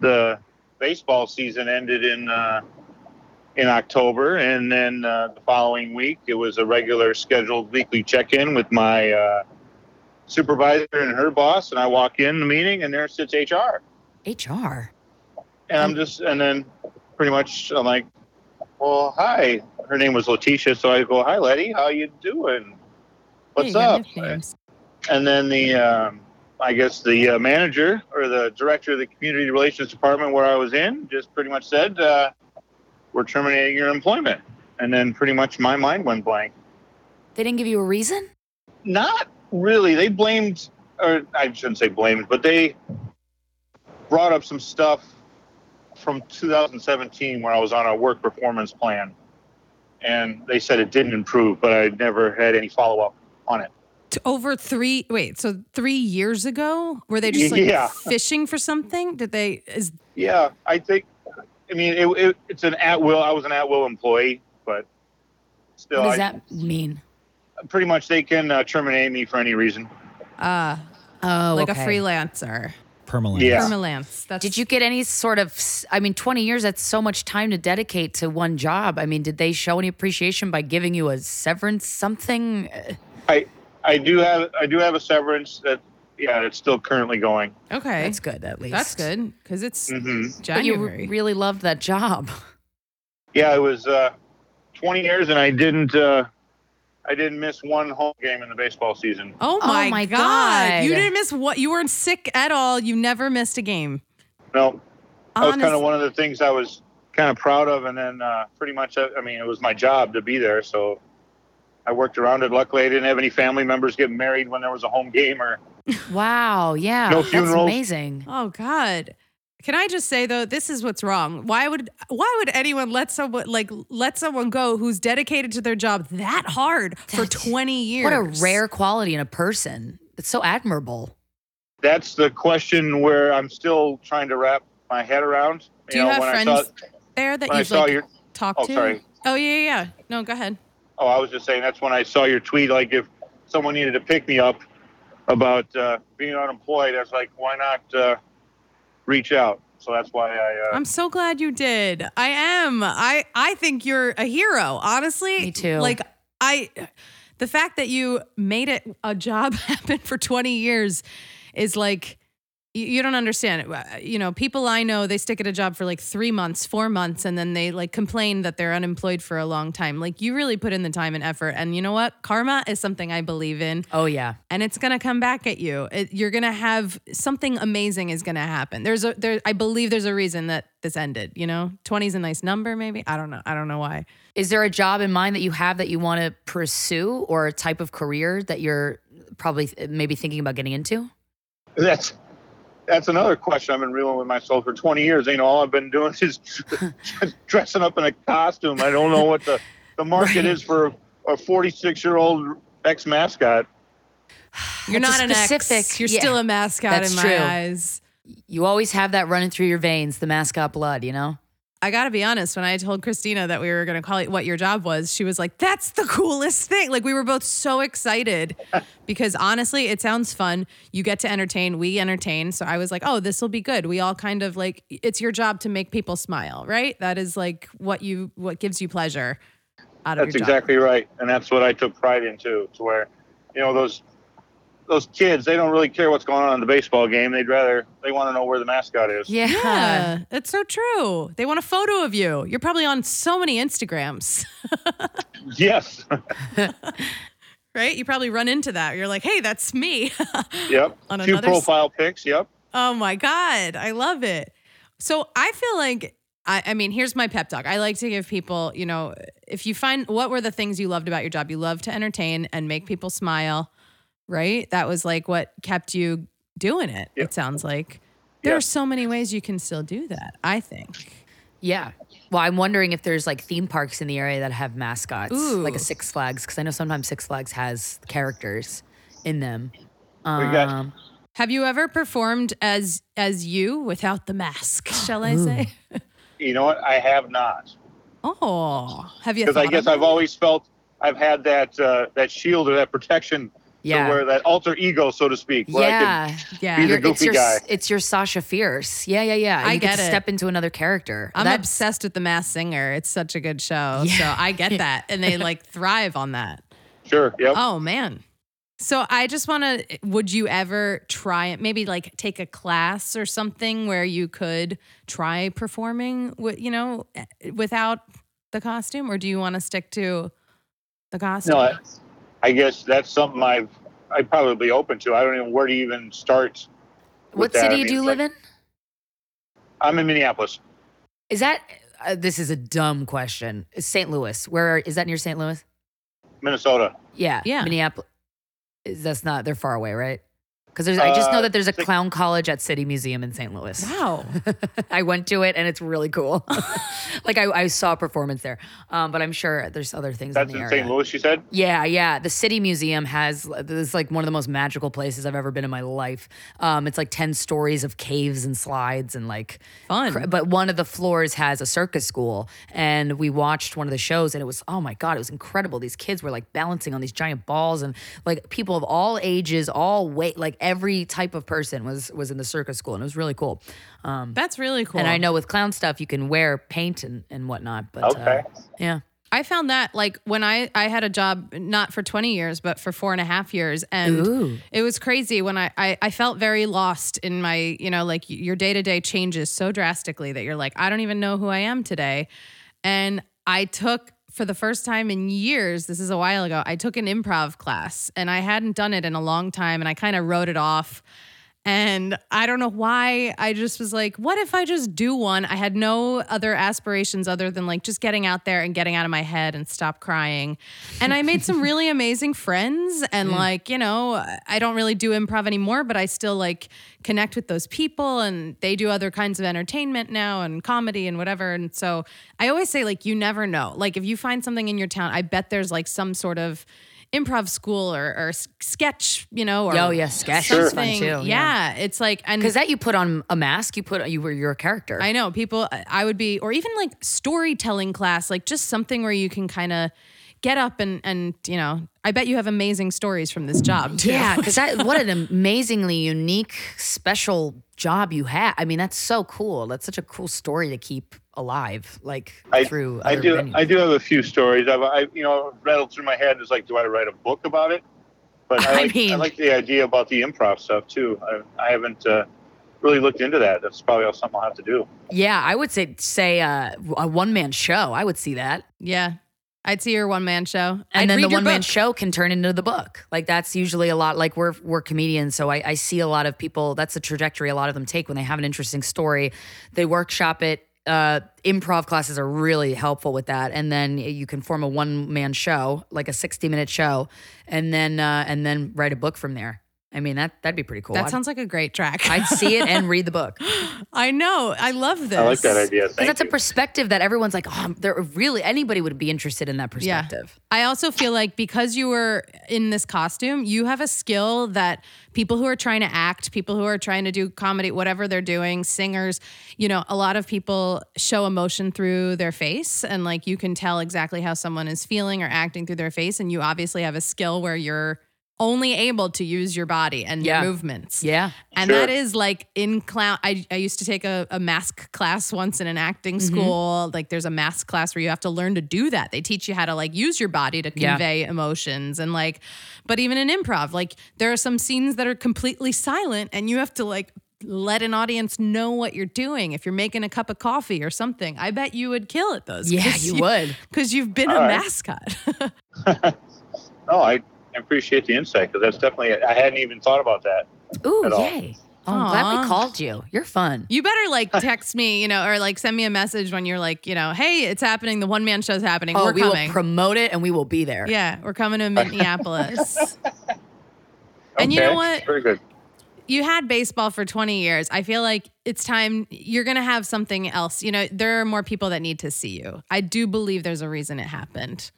Speaker 4: the baseball season ended in uh, in October, and then uh, the following week it was a regular scheduled weekly check-in with my uh, supervisor and her boss, and I walk in the meeting, and there sits HR.
Speaker 3: HR.
Speaker 4: and I'm just, and then pretty much I'm like, well, hi. Her name was Letitia, so I go, hi, Letty, how you doing?
Speaker 2: Hey,
Speaker 4: What's
Speaker 2: you got
Speaker 4: up?
Speaker 2: nicknames.
Speaker 4: And then the, um, I guess the uh, manager or the director of the community relations department where I was in just pretty much said, uh, we're terminating your employment. And then pretty much my mind went blank.
Speaker 3: They didn't give you a reason?
Speaker 4: Not really. They blamed, or I shouldn't say blamed, but they brought up some stuff from 2017 where I was on a work performance plan, and they said it didn't improve, but I never had any follow up on it.
Speaker 2: T- over three wait so three years ago were they just like
Speaker 4: Yeah.
Speaker 2: fishing for something did they is
Speaker 4: Yeah, I think. I mean, it, it, it's an at will. I was an at will employee, but still,
Speaker 3: What does
Speaker 4: I,
Speaker 3: that mean?
Speaker 4: pretty much they can uh, terminate me for any reason.
Speaker 2: uh
Speaker 3: Oh,
Speaker 2: like
Speaker 3: okay.
Speaker 2: a freelancer
Speaker 1: Permalink.
Speaker 4: Yeah.
Speaker 2: permalance that's
Speaker 3: Did you get any sort of, s- I mean, 20 years, that's so much time to dedicate to one job. I mean, did they show any appreciation by giving you a severance something? Uh,
Speaker 4: I do have. I do have a severance that. Yeah, it's still currently going.
Speaker 2: okay
Speaker 3: That's
Speaker 2: that's,
Speaker 3: good, at least.
Speaker 2: good because it's
Speaker 4: hmm
Speaker 3: But you
Speaker 2: january
Speaker 3: re- really loved that job.
Speaker 4: Yeah, it was uh, 20 years, and I didn't. Uh, I didn't miss one home game in the baseball season.
Speaker 2: oh
Speaker 3: Oh
Speaker 2: my,
Speaker 3: my
Speaker 2: god.
Speaker 3: God.
Speaker 2: you didn't miss what you weren't sick at all you never missed a game
Speaker 4: No, that was
Speaker 2: Honest-
Speaker 4: kind of one of the things I was kind of proud of, and then uh, pretty much, uh, I mean, it was my job to be there, so I worked around it. Luckily, I didn't have any family members get married when there was a home game, or
Speaker 3: Wow. Yeah.
Speaker 4: No
Speaker 3: that's
Speaker 4: funerals.
Speaker 3: amazing.
Speaker 2: oh god can I just say though, this is what's wrong. Why would why would anyone let someone like let someone go who's dedicated to their job that hard for
Speaker 3: That's-
Speaker 2: twenty years?
Speaker 3: What a rare quality in a person. It's so admirable.
Speaker 4: that's the question where I'm still trying to wrap my head around.
Speaker 2: Do you have
Speaker 4: when
Speaker 2: friends
Speaker 4: I saw,
Speaker 2: there that
Speaker 4: when I
Speaker 2: you've
Speaker 4: saw
Speaker 2: like
Speaker 4: your,
Speaker 2: talked
Speaker 4: Oh,
Speaker 2: to?
Speaker 4: sorry.
Speaker 2: Oh yeah, yeah. yeah. No, go ahead.
Speaker 4: oh, I was just saying that's when I saw your tweet. Like, if someone needed to pick me up about uh, being unemployed, I was like, why not uh, reach out? So that's why I. Uh,
Speaker 2: I'm so glad you did. I am. I I think you're a hero. Honestly,
Speaker 3: Me too.
Speaker 2: Like I, the fact that you made it a job happen for 20 years is like. You you don't understand. Uh, You know, people I know, they stick at a job for like three months, four months, and then they like complain that they're unemployed for a long time. Like, you really put in the time and effort. And you know what? Karma is something I believe in.
Speaker 3: Oh, yeah.
Speaker 2: and it's going to come back at you. It, you're going to have something amazing is going to happen. There's a there I believe there's a reason that this ended, you know? 20 is a nice number maybe. I don't know. I don't know why.
Speaker 3: Is there a job in mind that you have that you want to pursue or a type of career that you're probably th- maybe thinking about getting into?
Speaker 4: That's that's another question I've been reeling with myself for 20 years. You know, all I've been doing is dressing up in a costume. I don't know what the, the market
Speaker 3: Right.
Speaker 4: is for a 46 year old ex mascot.
Speaker 2: You're
Speaker 3: That's
Speaker 2: not
Speaker 3: a
Speaker 2: an ex.
Speaker 3: specific-
Speaker 2: You're
Speaker 3: yeah.
Speaker 2: still a mascot
Speaker 3: That's
Speaker 2: in my
Speaker 3: true.
Speaker 2: eyes.
Speaker 3: You always have that running through your veins, the mascot blood, you know?
Speaker 2: I gotta be honest, when I told Christina that we were gonna call it what your job was, she was like, That's the coolest thing. Like, we were both so excited because honestly, it sounds fun. You get to entertain, we entertain. So I was like, Oh, this will be good. We all kind of like, it's your job to make people smile, right? That is like what you, what gives you pleasure out of
Speaker 4: That's
Speaker 2: your job.
Speaker 4: exactly right, and that's what I took pride in too. To where, you know, those those kids, they don't really care what's going on in the baseball game. They'd rather they want to know where the mascot is.
Speaker 3: Yeah.
Speaker 2: Yeah, it's so true. They want a photo of you. You're probably on so many Instagrams,
Speaker 4: Yes.
Speaker 2: right? You probably run into that. You're like, hey, that's me.
Speaker 4: yep.
Speaker 2: On
Speaker 4: Few
Speaker 2: another s-
Speaker 4: profile pics. Yep.
Speaker 2: oh my God. I love it. So I feel like, I, I mean, here's my pep talk. I like to give people, you know, if you find what were the things you loved about your job, you love to entertain and make people smile, right? That was like what kept you doing it,
Speaker 4: Yeah.
Speaker 2: it sounds like. There
Speaker 4: Yeah.
Speaker 2: are so many ways you can still do that, I think.
Speaker 3: Yeah. Well, I'm wondering if there's like theme parks in the area that have mascots, like
Speaker 2: Ooh.
Speaker 3: a Six Flags, because I know sometimes Six Flags has characters in them. Um,
Speaker 4: got-
Speaker 2: Have you ever performed as as you without the mask? Shall
Speaker 4: Mm.
Speaker 2: I say?
Speaker 4: You know what? I have not
Speaker 2: Oh, have you?
Speaker 4: because I
Speaker 2: thought
Speaker 4: guess
Speaker 2: of
Speaker 4: I've
Speaker 2: it?
Speaker 4: always felt I've had that uh, that shield or that protection.
Speaker 3: yeah.
Speaker 4: To where that alter ego, so to speak. Where I
Speaker 3: yeah.
Speaker 4: can,
Speaker 2: yeah.
Speaker 4: be the
Speaker 3: You're- it's
Speaker 4: goofy
Speaker 3: your,
Speaker 4: guy.
Speaker 3: It's your Sasha Fierce. Yeah, yeah, yeah.
Speaker 2: I
Speaker 3: You
Speaker 2: get
Speaker 3: to
Speaker 2: it.
Speaker 3: step into another character.
Speaker 2: I'm
Speaker 3: That's-
Speaker 2: obsessed with the Masked Singer. It's such a good show,
Speaker 3: Yeah.
Speaker 2: so I get that, and they like thrive on that.
Speaker 4: sure. Yep.
Speaker 2: Oh man. So I just want to. Would you ever try it? Maybe like take a class or something where you could try performing, with, you know, eh, without the costume, or do you want to stick to the costume?
Speaker 4: No, I, I guess that's something I've I'd probably be open to. I don't even where to even start. with
Speaker 3: What
Speaker 4: that. I
Speaker 3: city
Speaker 4: mean,
Speaker 3: do you
Speaker 4: it's
Speaker 3: live
Speaker 4: like-
Speaker 3: in?
Speaker 4: I'm in Minneapolis.
Speaker 3: Is that, uh, this is a dumb question. Is St. Louis. Where, is that near St. Louis?
Speaker 4: Minnesota.
Speaker 3: Yeah.
Speaker 2: Yeah.
Speaker 3: Minneapolis. That's not, they're far away, right? Because there's, I just know
Speaker 4: Uh,
Speaker 3: that there's a
Speaker 4: six-
Speaker 3: clown college at City Museum in St. Louis.
Speaker 2: wow.
Speaker 3: I went to it and it's really cool. like I, I saw a performance there, um, but I'm sure there's other things in
Speaker 4: That's
Speaker 3: the
Speaker 4: in
Speaker 3: area.
Speaker 4: St. Louis. You said.
Speaker 3: Yeah, yeah. The City Museum has this is like one of the most magical places I've ever been in my life. Um, it's like ten stories of caves and slides and like
Speaker 2: Fun.
Speaker 3: cra- But one of the floors has a circus school, and we watched one of the shows, and it was oh my god, it was incredible. These kids were like balancing on these giant balls, and like people of all ages, all weight, like every type of person was was in the circus school, and it was really cool. Um,
Speaker 2: That's really cool.
Speaker 3: And I know with clown stuff, you can wear paint and, and whatnot. But
Speaker 4: Okay.
Speaker 3: uh, yeah,
Speaker 2: I found that like when I I had a job not for 20 years but for four and a half years and
Speaker 3: Ooh.
Speaker 2: it was crazy when I, I I felt very lost in my you know like y- your day to day changes so drastically that you're like I don't even know who I am today and I took for the first time in years this is a while ago I took an improv class and I hadn't done it in a long time and I kind of wrote it off and I don't know why I just was like, what if I just do one? I had no other aspirations other than like just getting out there and getting out of my head and stop crying. And I made some really amazing friends. And like, you know, I don't really do improv anymore, but I still like connect with those people and they do other kinds of entertainment now and comedy and whatever. And so I always say, like, you never know. Like, if you find something in your town, I bet there's like some sort of improv school or, or s- sketch, you know, or
Speaker 3: Oh, yeah, sketch is fun,
Speaker 2: something.
Speaker 3: too,
Speaker 2: Yeah.
Speaker 3: yeah.
Speaker 2: it's like and
Speaker 3: because that you put on a mask, you put you were your character.
Speaker 2: I know people. I- I would be, or even like storytelling class, like just something where you can kind of get up and and you know. I bet you have amazing stories from this job too.
Speaker 3: Yeah, because that what an amazingly unique, special job you have. I mean, that's so cool. That's such a cool story to keep alive, like
Speaker 4: I-
Speaker 3: through.
Speaker 4: I
Speaker 3: other
Speaker 4: do.
Speaker 3: venues.
Speaker 4: I do have a few stories. I've, I, you know, rattled through my head. It's like, do I write a book about it? But I
Speaker 3: I
Speaker 4: like, I,
Speaker 3: mean-
Speaker 4: like the idea about the improv stuff too. I, I haven't uh, really looked into that. That's probably something I'll have to do.
Speaker 3: Yeah, I would say say uh, a one man show. I would see that,
Speaker 2: yeah. I'd see your one man show, I'd
Speaker 3: and then
Speaker 2: read
Speaker 3: the
Speaker 2: your
Speaker 3: one man
Speaker 2: book.
Speaker 3: show can turn into the book. Like that's usually a lot. Like we're we're comedians, so I, I see a lot of people. That's the trajectory a lot of them take when they have an interesting story. They workshop it. Uh, improv classes are really helpful with that, and then you can form a one man show, like a sixty minute show, and then uh, and then write a book from there. I mean, that that'd be pretty cool.
Speaker 2: That
Speaker 3: I'd-
Speaker 2: sounds like a great track.
Speaker 3: I'd see it and read the book.
Speaker 2: I know. I love this.
Speaker 4: I like that idea.
Speaker 3: Because
Speaker 4: Thank
Speaker 3: that's a
Speaker 4: you.
Speaker 3: perspective that everyone's like, oh, there really anybody would be interested in that perspective.
Speaker 2: I also feel like because you were in this costume, you have a skill that people who are trying to act, people who are trying to do comedy, whatever they're doing, singers, you know, a lot of people show emotion through their face. And like you can tell exactly how someone is feeling or acting through their face. And you obviously have a skill where you're only able to use your body and
Speaker 3: Yeah.
Speaker 2: your movements.
Speaker 3: Yeah.
Speaker 2: And
Speaker 4: Sure.
Speaker 2: that is like in clown. I, I used to take a, a mask class once in an acting
Speaker 3: Mm-hmm.
Speaker 2: school. Like there's a mask class where you have to learn to do that. They teach you how to like use your body to
Speaker 3: Yeah.
Speaker 2: convey emotions and like, but even in improv, like there are some scenes that are completely silent and you have to like let an audience know what you're doing. If you're making a cup of coffee or something, I bet you would kill at those.
Speaker 3: Yeah,
Speaker 2: 'cause
Speaker 3: you would.
Speaker 2: Cause you've been a
Speaker 4: All right.
Speaker 2: mascot.
Speaker 4: No, I I appreciate the insight because that's definitely I hadn't even thought about that.
Speaker 3: Ooh,
Speaker 4: At all.
Speaker 3: yay. Oh, I'm glad
Speaker 2: Aw.
Speaker 3: we called you. You're fun.
Speaker 2: You better like text me, you know, or like send me a message when you're like, you know, hey, it's happening. The one man show's happening.
Speaker 3: oh,
Speaker 2: we're
Speaker 3: we
Speaker 2: coming.
Speaker 3: will promote it and we will be there.
Speaker 2: yeah, we're coming to Minneapolis. And you
Speaker 4: Okay,
Speaker 2: know what?
Speaker 4: Very good.
Speaker 2: you had baseball for 20 years. I feel like it's time you're going to have something else. You know, there are more people that need to see you. I do believe there's a reason it happened.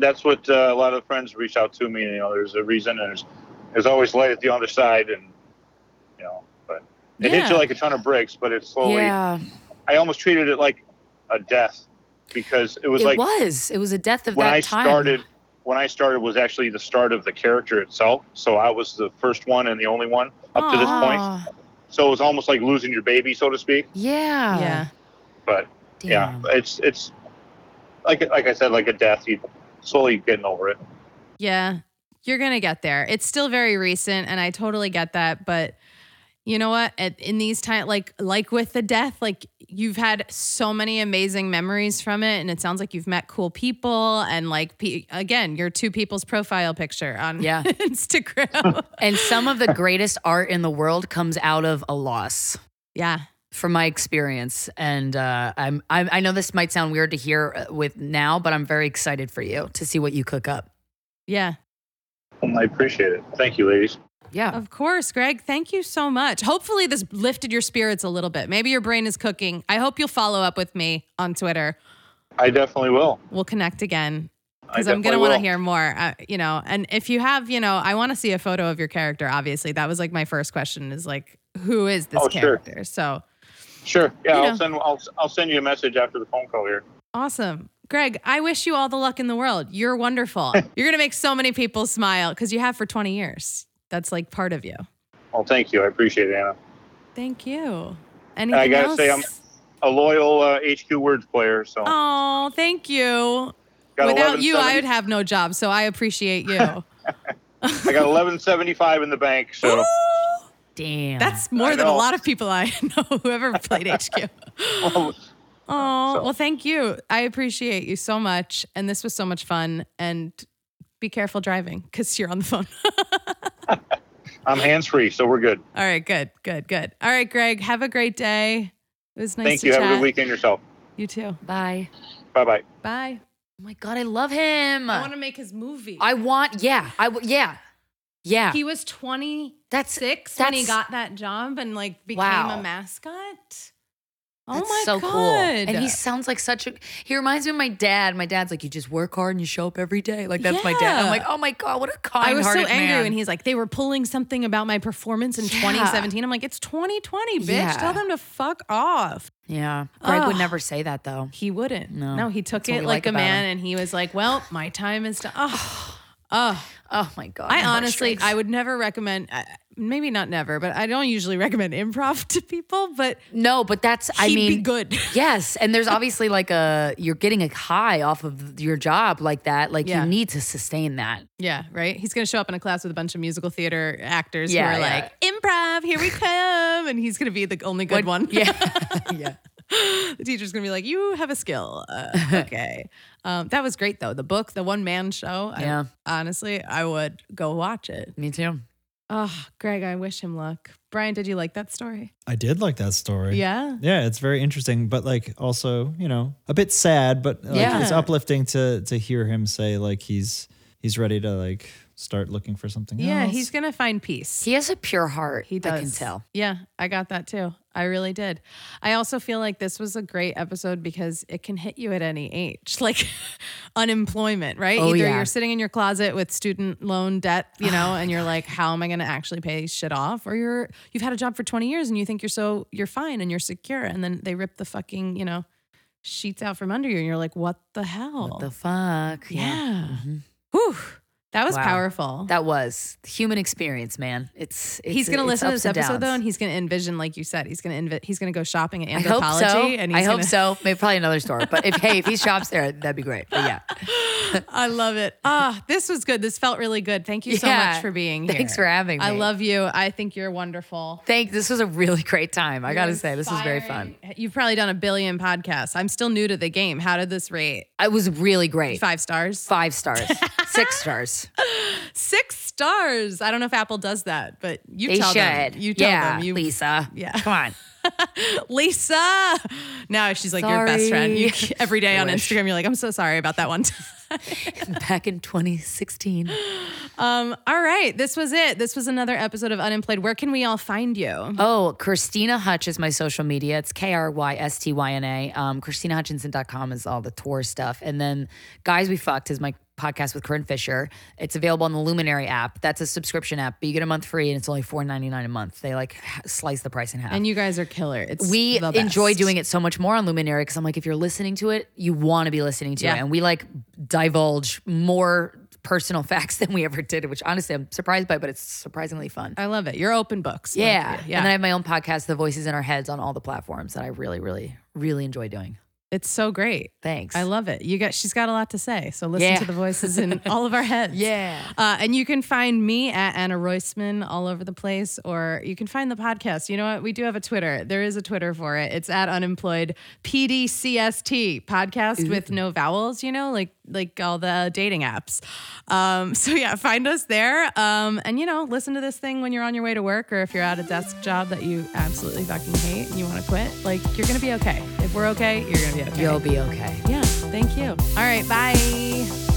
Speaker 4: That's what uh, a lot of friends reach out to me. You know, there's a reason, and there's there's always light at the other side, and you know, but it hits
Speaker 2: Yeah.
Speaker 4: you like a ton of bricks. But it slowly.
Speaker 3: Yeah.
Speaker 4: I almost treated it like a death because it was
Speaker 3: It
Speaker 4: like
Speaker 3: was. It was a death of
Speaker 4: when
Speaker 3: that
Speaker 4: I
Speaker 3: time.
Speaker 4: started. When I started was actually the start of the character itself. So I was the first one and the only one up to this point.
Speaker 3: Aw,
Speaker 4: So it was almost like losing your baby, so to speak.
Speaker 3: Yeah.
Speaker 2: yeah.
Speaker 4: But
Speaker 3: Damn.
Speaker 4: yeah, it's it's like like I said, like a death. You slowly getting over it.
Speaker 2: Yeah. You're going to get there. It's still very recent and I totally get that, but you know what? At, in these time like like with the death, like you've had so many amazing memories from it and it sounds like you've met cool people and like pe- again, your two people's profile picture on
Speaker 3: Yeah.
Speaker 2: Instagram.
Speaker 3: And some of the greatest art in the world comes out of a loss.
Speaker 2: yeah.
Speaker 3: from my experience, and uh, I'm, I'm I know this might sound weird to hear uh, with now, but I'm very excited for you to see what you cook up.
Speaker 2: Yeah.
Speaker 4: I appreciate it. Thank you, ladies.
Speaker 3: Yeah,
Speaker 2: Of course, Greg. Thank you so much. Hopefully this lifted your spirits a little bit. Maybe your brain is cooking. I hope you'll follow up with me on Twitter.
Speaker 4: I definitely will.
Speaker 2: We'll connect again.
Speaker 4: I
Speaker 2: because I'm
Speaker 4: definitely
Speaker 2: gonna want to
Speaker 4: will.
Speaker 2: hear more. Uh, you know, and if you have, you know, I want to see a photo of your character. Obviously, that was like my first question: is like, who is this
Speaker 4: Oh, sure.
Speaker 2: character? So
Speaker 4: Sure. Yeah,
Speaker 2: you
Speaker 4: I'll
Speaker 2: know.
Speaker 4: send I'll, I'll send you a message after the phone call here.
Speaker 2: awesome, Greg. I wish you all the luck in the world. You're wonderful. You're gonna make so many people smile because you have for 20 years. That's like part of you.
Speaker 4: Well, thank you. I appreciate it, Anna.
Speaker 2: Thank you. Anything
Speaker 4: gotta
Speaker 2: else?
Speaker 4: say, I'm- A loyal uh, HQ Words player. So
Speaker 2: Oh, thank you.
Speaker 4: got
Speaker 2: Without you, I
Speaker 4: 1170
Speaker 2: would have no job. So I appreciate you.
Speaker 4: I got 1175 in the bank. So
Speaker 3: damn.
Speaker 2: That's more
Speaker 4: I
Speaker 2: than a
Speaker 4: know.
Speaker 2: lot of people I know who ever played HQ. Oh,
Speaker 4: well, So-
Speaker 2: well, thank you. I appreciate you so much. And this was so much fun. And be careful driving because you're on the phone.
Speaker 4: I'm hands free, so we're good.
Speaker 2: All right, good, good, good. All right, Greg, have a great day. It was nice
Speaker 4: thank
Speaker 2: to
Speaker 4: you.
Speaker 2: chat.
Speaker 4: Have a good weekend yourself.
Speaker 2: You too.
Speaker 3: bye.
Speaker 4: Bye bye.
Speaker 2: Bye.
Speaker 3: Oh my god, I love him.
Speaker 2: I
Speaker 3: I
Speaker 2: want
Speaker 3: want.
Speaker 2: to make his movie.
Speaker 3: yeah. I w- yeah. Yeah.
Speaker 2: he was 26
Speaker 3: that's
Speaker 2: when he
Speaker 3: that's-
Speaker 2: got that job and like became
Speaker 3: Wow.
Speaker 2: a mascot. Oh
Speaker 3: That's
Speaker 2: my
Speaker 3: so
Speaker 2: god.
Speaker 3: cool. And he sounds like such a he reminds me of my dad. My dad's like, you just work hard and you show up every day. Like that's my dad. I'm
Speaker 2: Yeah.
Speaker 3: like, oh my God, what a kind
Speaker 2: I was so angry when he's like, they were pulling something about my performance in
Speaker 3: Yeah.
Speaker 2: 2017. I'm like, it's 2020, bitch.
Speaker 3: Yeah.
Speaker 2: Tell them to fuck off.
Speaker 3: Yeah. Greg would
Speaker 2: Ugh.
Speaker 3: never say that though.
Speaker 2: He wouldn't.
Speaker 3: No.
Speaker 2: No, he took
Speaker 3: That's what
Speaker 2: it
Speaker 3: we
Speaker 2: like,
Speaker 3: like
Speaker 2: a
Speaker 3: about
Speaker 2: man,
Speaker 3: him.
Speaker 2: and he was like, "Well, my time is done." Oh, oh.
Speaker 3: Oh my God. my
Speaker 2: I
Speaker 3: heart
Speaker 2: honestly,
Speaker 3: shrinks.
Speaker 2: I would never recommend. Uh, maybe not never, but I don't usually recommend improv to people. But
Speaker 3: No, but that's I
Speaker 2: he'd
Speaker 3: mean
Speaker 2: be good.
Speaker 3: Yes, and there's obviously like a you're getting a high off of your job like that. Like
Speaker 2: Yeah.
Speaker 3: you need to sustain that.
Speaker 2: yeah, right. He's gonna show up in a class with a bunch of musical theater actors
Speaker 3: Yeah,
Speaker 2: who are
Speaker 3: yeah.
Speaker 2: like, "Improv, here we come," and he's gonna be the only good one.
Speaker 3: Yeah, yeah.
Speaker 2: the teacher's gonna be like, "You have a skill." Uh, okay, um, that was great though. The book, the one man show. I-
Speaker 3: Yeah.
Speaker 2: honestly, I would go watch it.
Speaker 3: Me too.
Speaker 2: Oh, Greg, I wish him luck. Brian, did you like that story?
Speaker 1: I did like that story.
Speaker 2: Yeah.
Speaker 1: Yeah, it's very interesting, but like also, you know, a bit sad, but like
Speaker 3: Yeah.
Speaker 1: it's uplifting to to hear him say like he's he's ready to like start looking for something
Speaker 2: Yeah,
Speaker 1: else.
Speaker 2: he's gonna find peace.
Speaker 3: He has a pure heart.
Speaker 2: He does.
Speaker 3: I can tell.
Speaker 2: Yeah, I got that too. I really did. I also feel like this was a great episode because it can hit you at any age, like unemployment, right?
Speaker 3: Oh,
Speaker 2: Either
Speaker 3: yeah.
Speaker 2: you're sitting in your closet with student loan debt, you know, and you're like, how am I going to actually pay shit off? Or you're you've had a job for 20 years and you think you're so you're fine and you're secure and then they rip the fucking, you know, sheets out from under you and you're like, what the hell?
Speaker 3: The fuck.
Speaker 2: yeah. Whew. That was
Speaker 3: Wow.
Speaker 2: powerful.
Speaker 3: That was the human experience, man. It's, it's
Speaker 2: he's gonna
Speaker 3: it's
Speaker 2: listen to
Speaker 3: ups
Speaker 2: this
Speaker 3: and
Speaker 2: episode though,
Speaker 3: downs.
Speaker 2: and he's gonna envision, like you said, he's gonna invi- he's gonna go shopping at
Speaker 3: I hope
Speaker 2: anthropology,
Speaker 3: so.
Speaker 2: and
Speaker 3: I
Speaker 2: he's
Speaker 3: hope
Speaker 2: gonna-
Speaker 3: so. Maybe probably another store. But if hey, if he shops there, that'd be great. But yeah.
Speaker 2: I love it. Ah, this was good. This felt really good. Thank you so
Speaker 3: Yeah.
Speaker 2: much for being here.
Speaker 3: Thanks for having
Speaker 2: I
Speaker 3: me.
Speaker 2: love you. I think you're wonderful.
Speaker 3: Thank this was a really great time. I gotta
Speaker 2: You're
Speaker 3: say, this was very fun.
Speaker 2: inspiring. You've probably done a billion podcasts. I'm still new to the game. How did this rate?
Speaker 3: It was really great.
Speaker 2: Five stars.
Speaker 3: Five stars. Six stars.
Speaker 2: Six stars. I don't know if Apple does that, but you
Speaker 3: They
Speaker 2: tell
Speaker 3: should.
Speaker 2: them. You tell
Speaker 3: yeah,
Speaker 2: them. You,
Speaker 3: Lisa.
Speaker 2: Yeah.
Speaker 3: Come on.
Speaker 2: Lisa. Now she's like your best friend. You,
Speaker 3: Sorry.
Speaker 2: every day on
Speaker 3: I wish.
Speaker 2: Instagram, you're like, I'm so sorry about that one. time."
Speaker 3: Back in 2016.
Speaker 2: Um, all right. This was it. This was another episode of Unemployed. Where can we all find you?
Speaker 3: Oh, Christina Hutch is my social media. It's K R Y S T Y N A. Um, ChristinaHutchinson.com is all the tour stuff. And then Guys We Fucked is my podcast with Corinne Fisher. It's available on the Luminary app. That's a subscription app, but you get a month free and it's only $4.99 a month. They like h- slice the price in half.
Speaker 2: And you guys are killer. It's
Speaker 3: we
Speaker 2: the best.
Speaker 3: enjoy doing it so much more on Luminary because I'm like, if you're listening to it, you want to be listening to
Speaker 2: Yeah.
Speaker 3: it. And we like divulge more personal facts than we ever did, which honestly I'm surprised by, but it's surprisingly fun.
Speaker 2: I love it. You're open books.
Speaker 3: Yeah.
Speaker 2: yeah.
Speaker 3: And then I have my own podcast, The Voices in Our Heads, on all the platforms that I really, really, really enjoy doing.
Speaker 2: it's so great.
Speaker 3: Thanks.
Speaker 2: I love it. You got. She's got a lot to say. So listen
Speaker 3: Yeah.
Speaker 2: to the voices in all of our heads.
Speaker 3: Yeah.
Speaker 2: Uh, and you can find me at Anna Roisman all over the place, or you can find the podcast. You know what? We do have a Twitter. There is a Twitter for it. It's at unemployed PDCST podcast with no vowels. You know, like like all the dating apps. Um, so yeah, find us there. Um, and you know, listen to this thing when you're on your way to work, or if you're at a desk job that you absolutely fucking hate and you want to quit. Like you're gonna be okay. If we're okay, you're gonna be okay.
Speaker 3: You'll be okay.
Speaker 2: Yeah. Thank you. All right. Bye.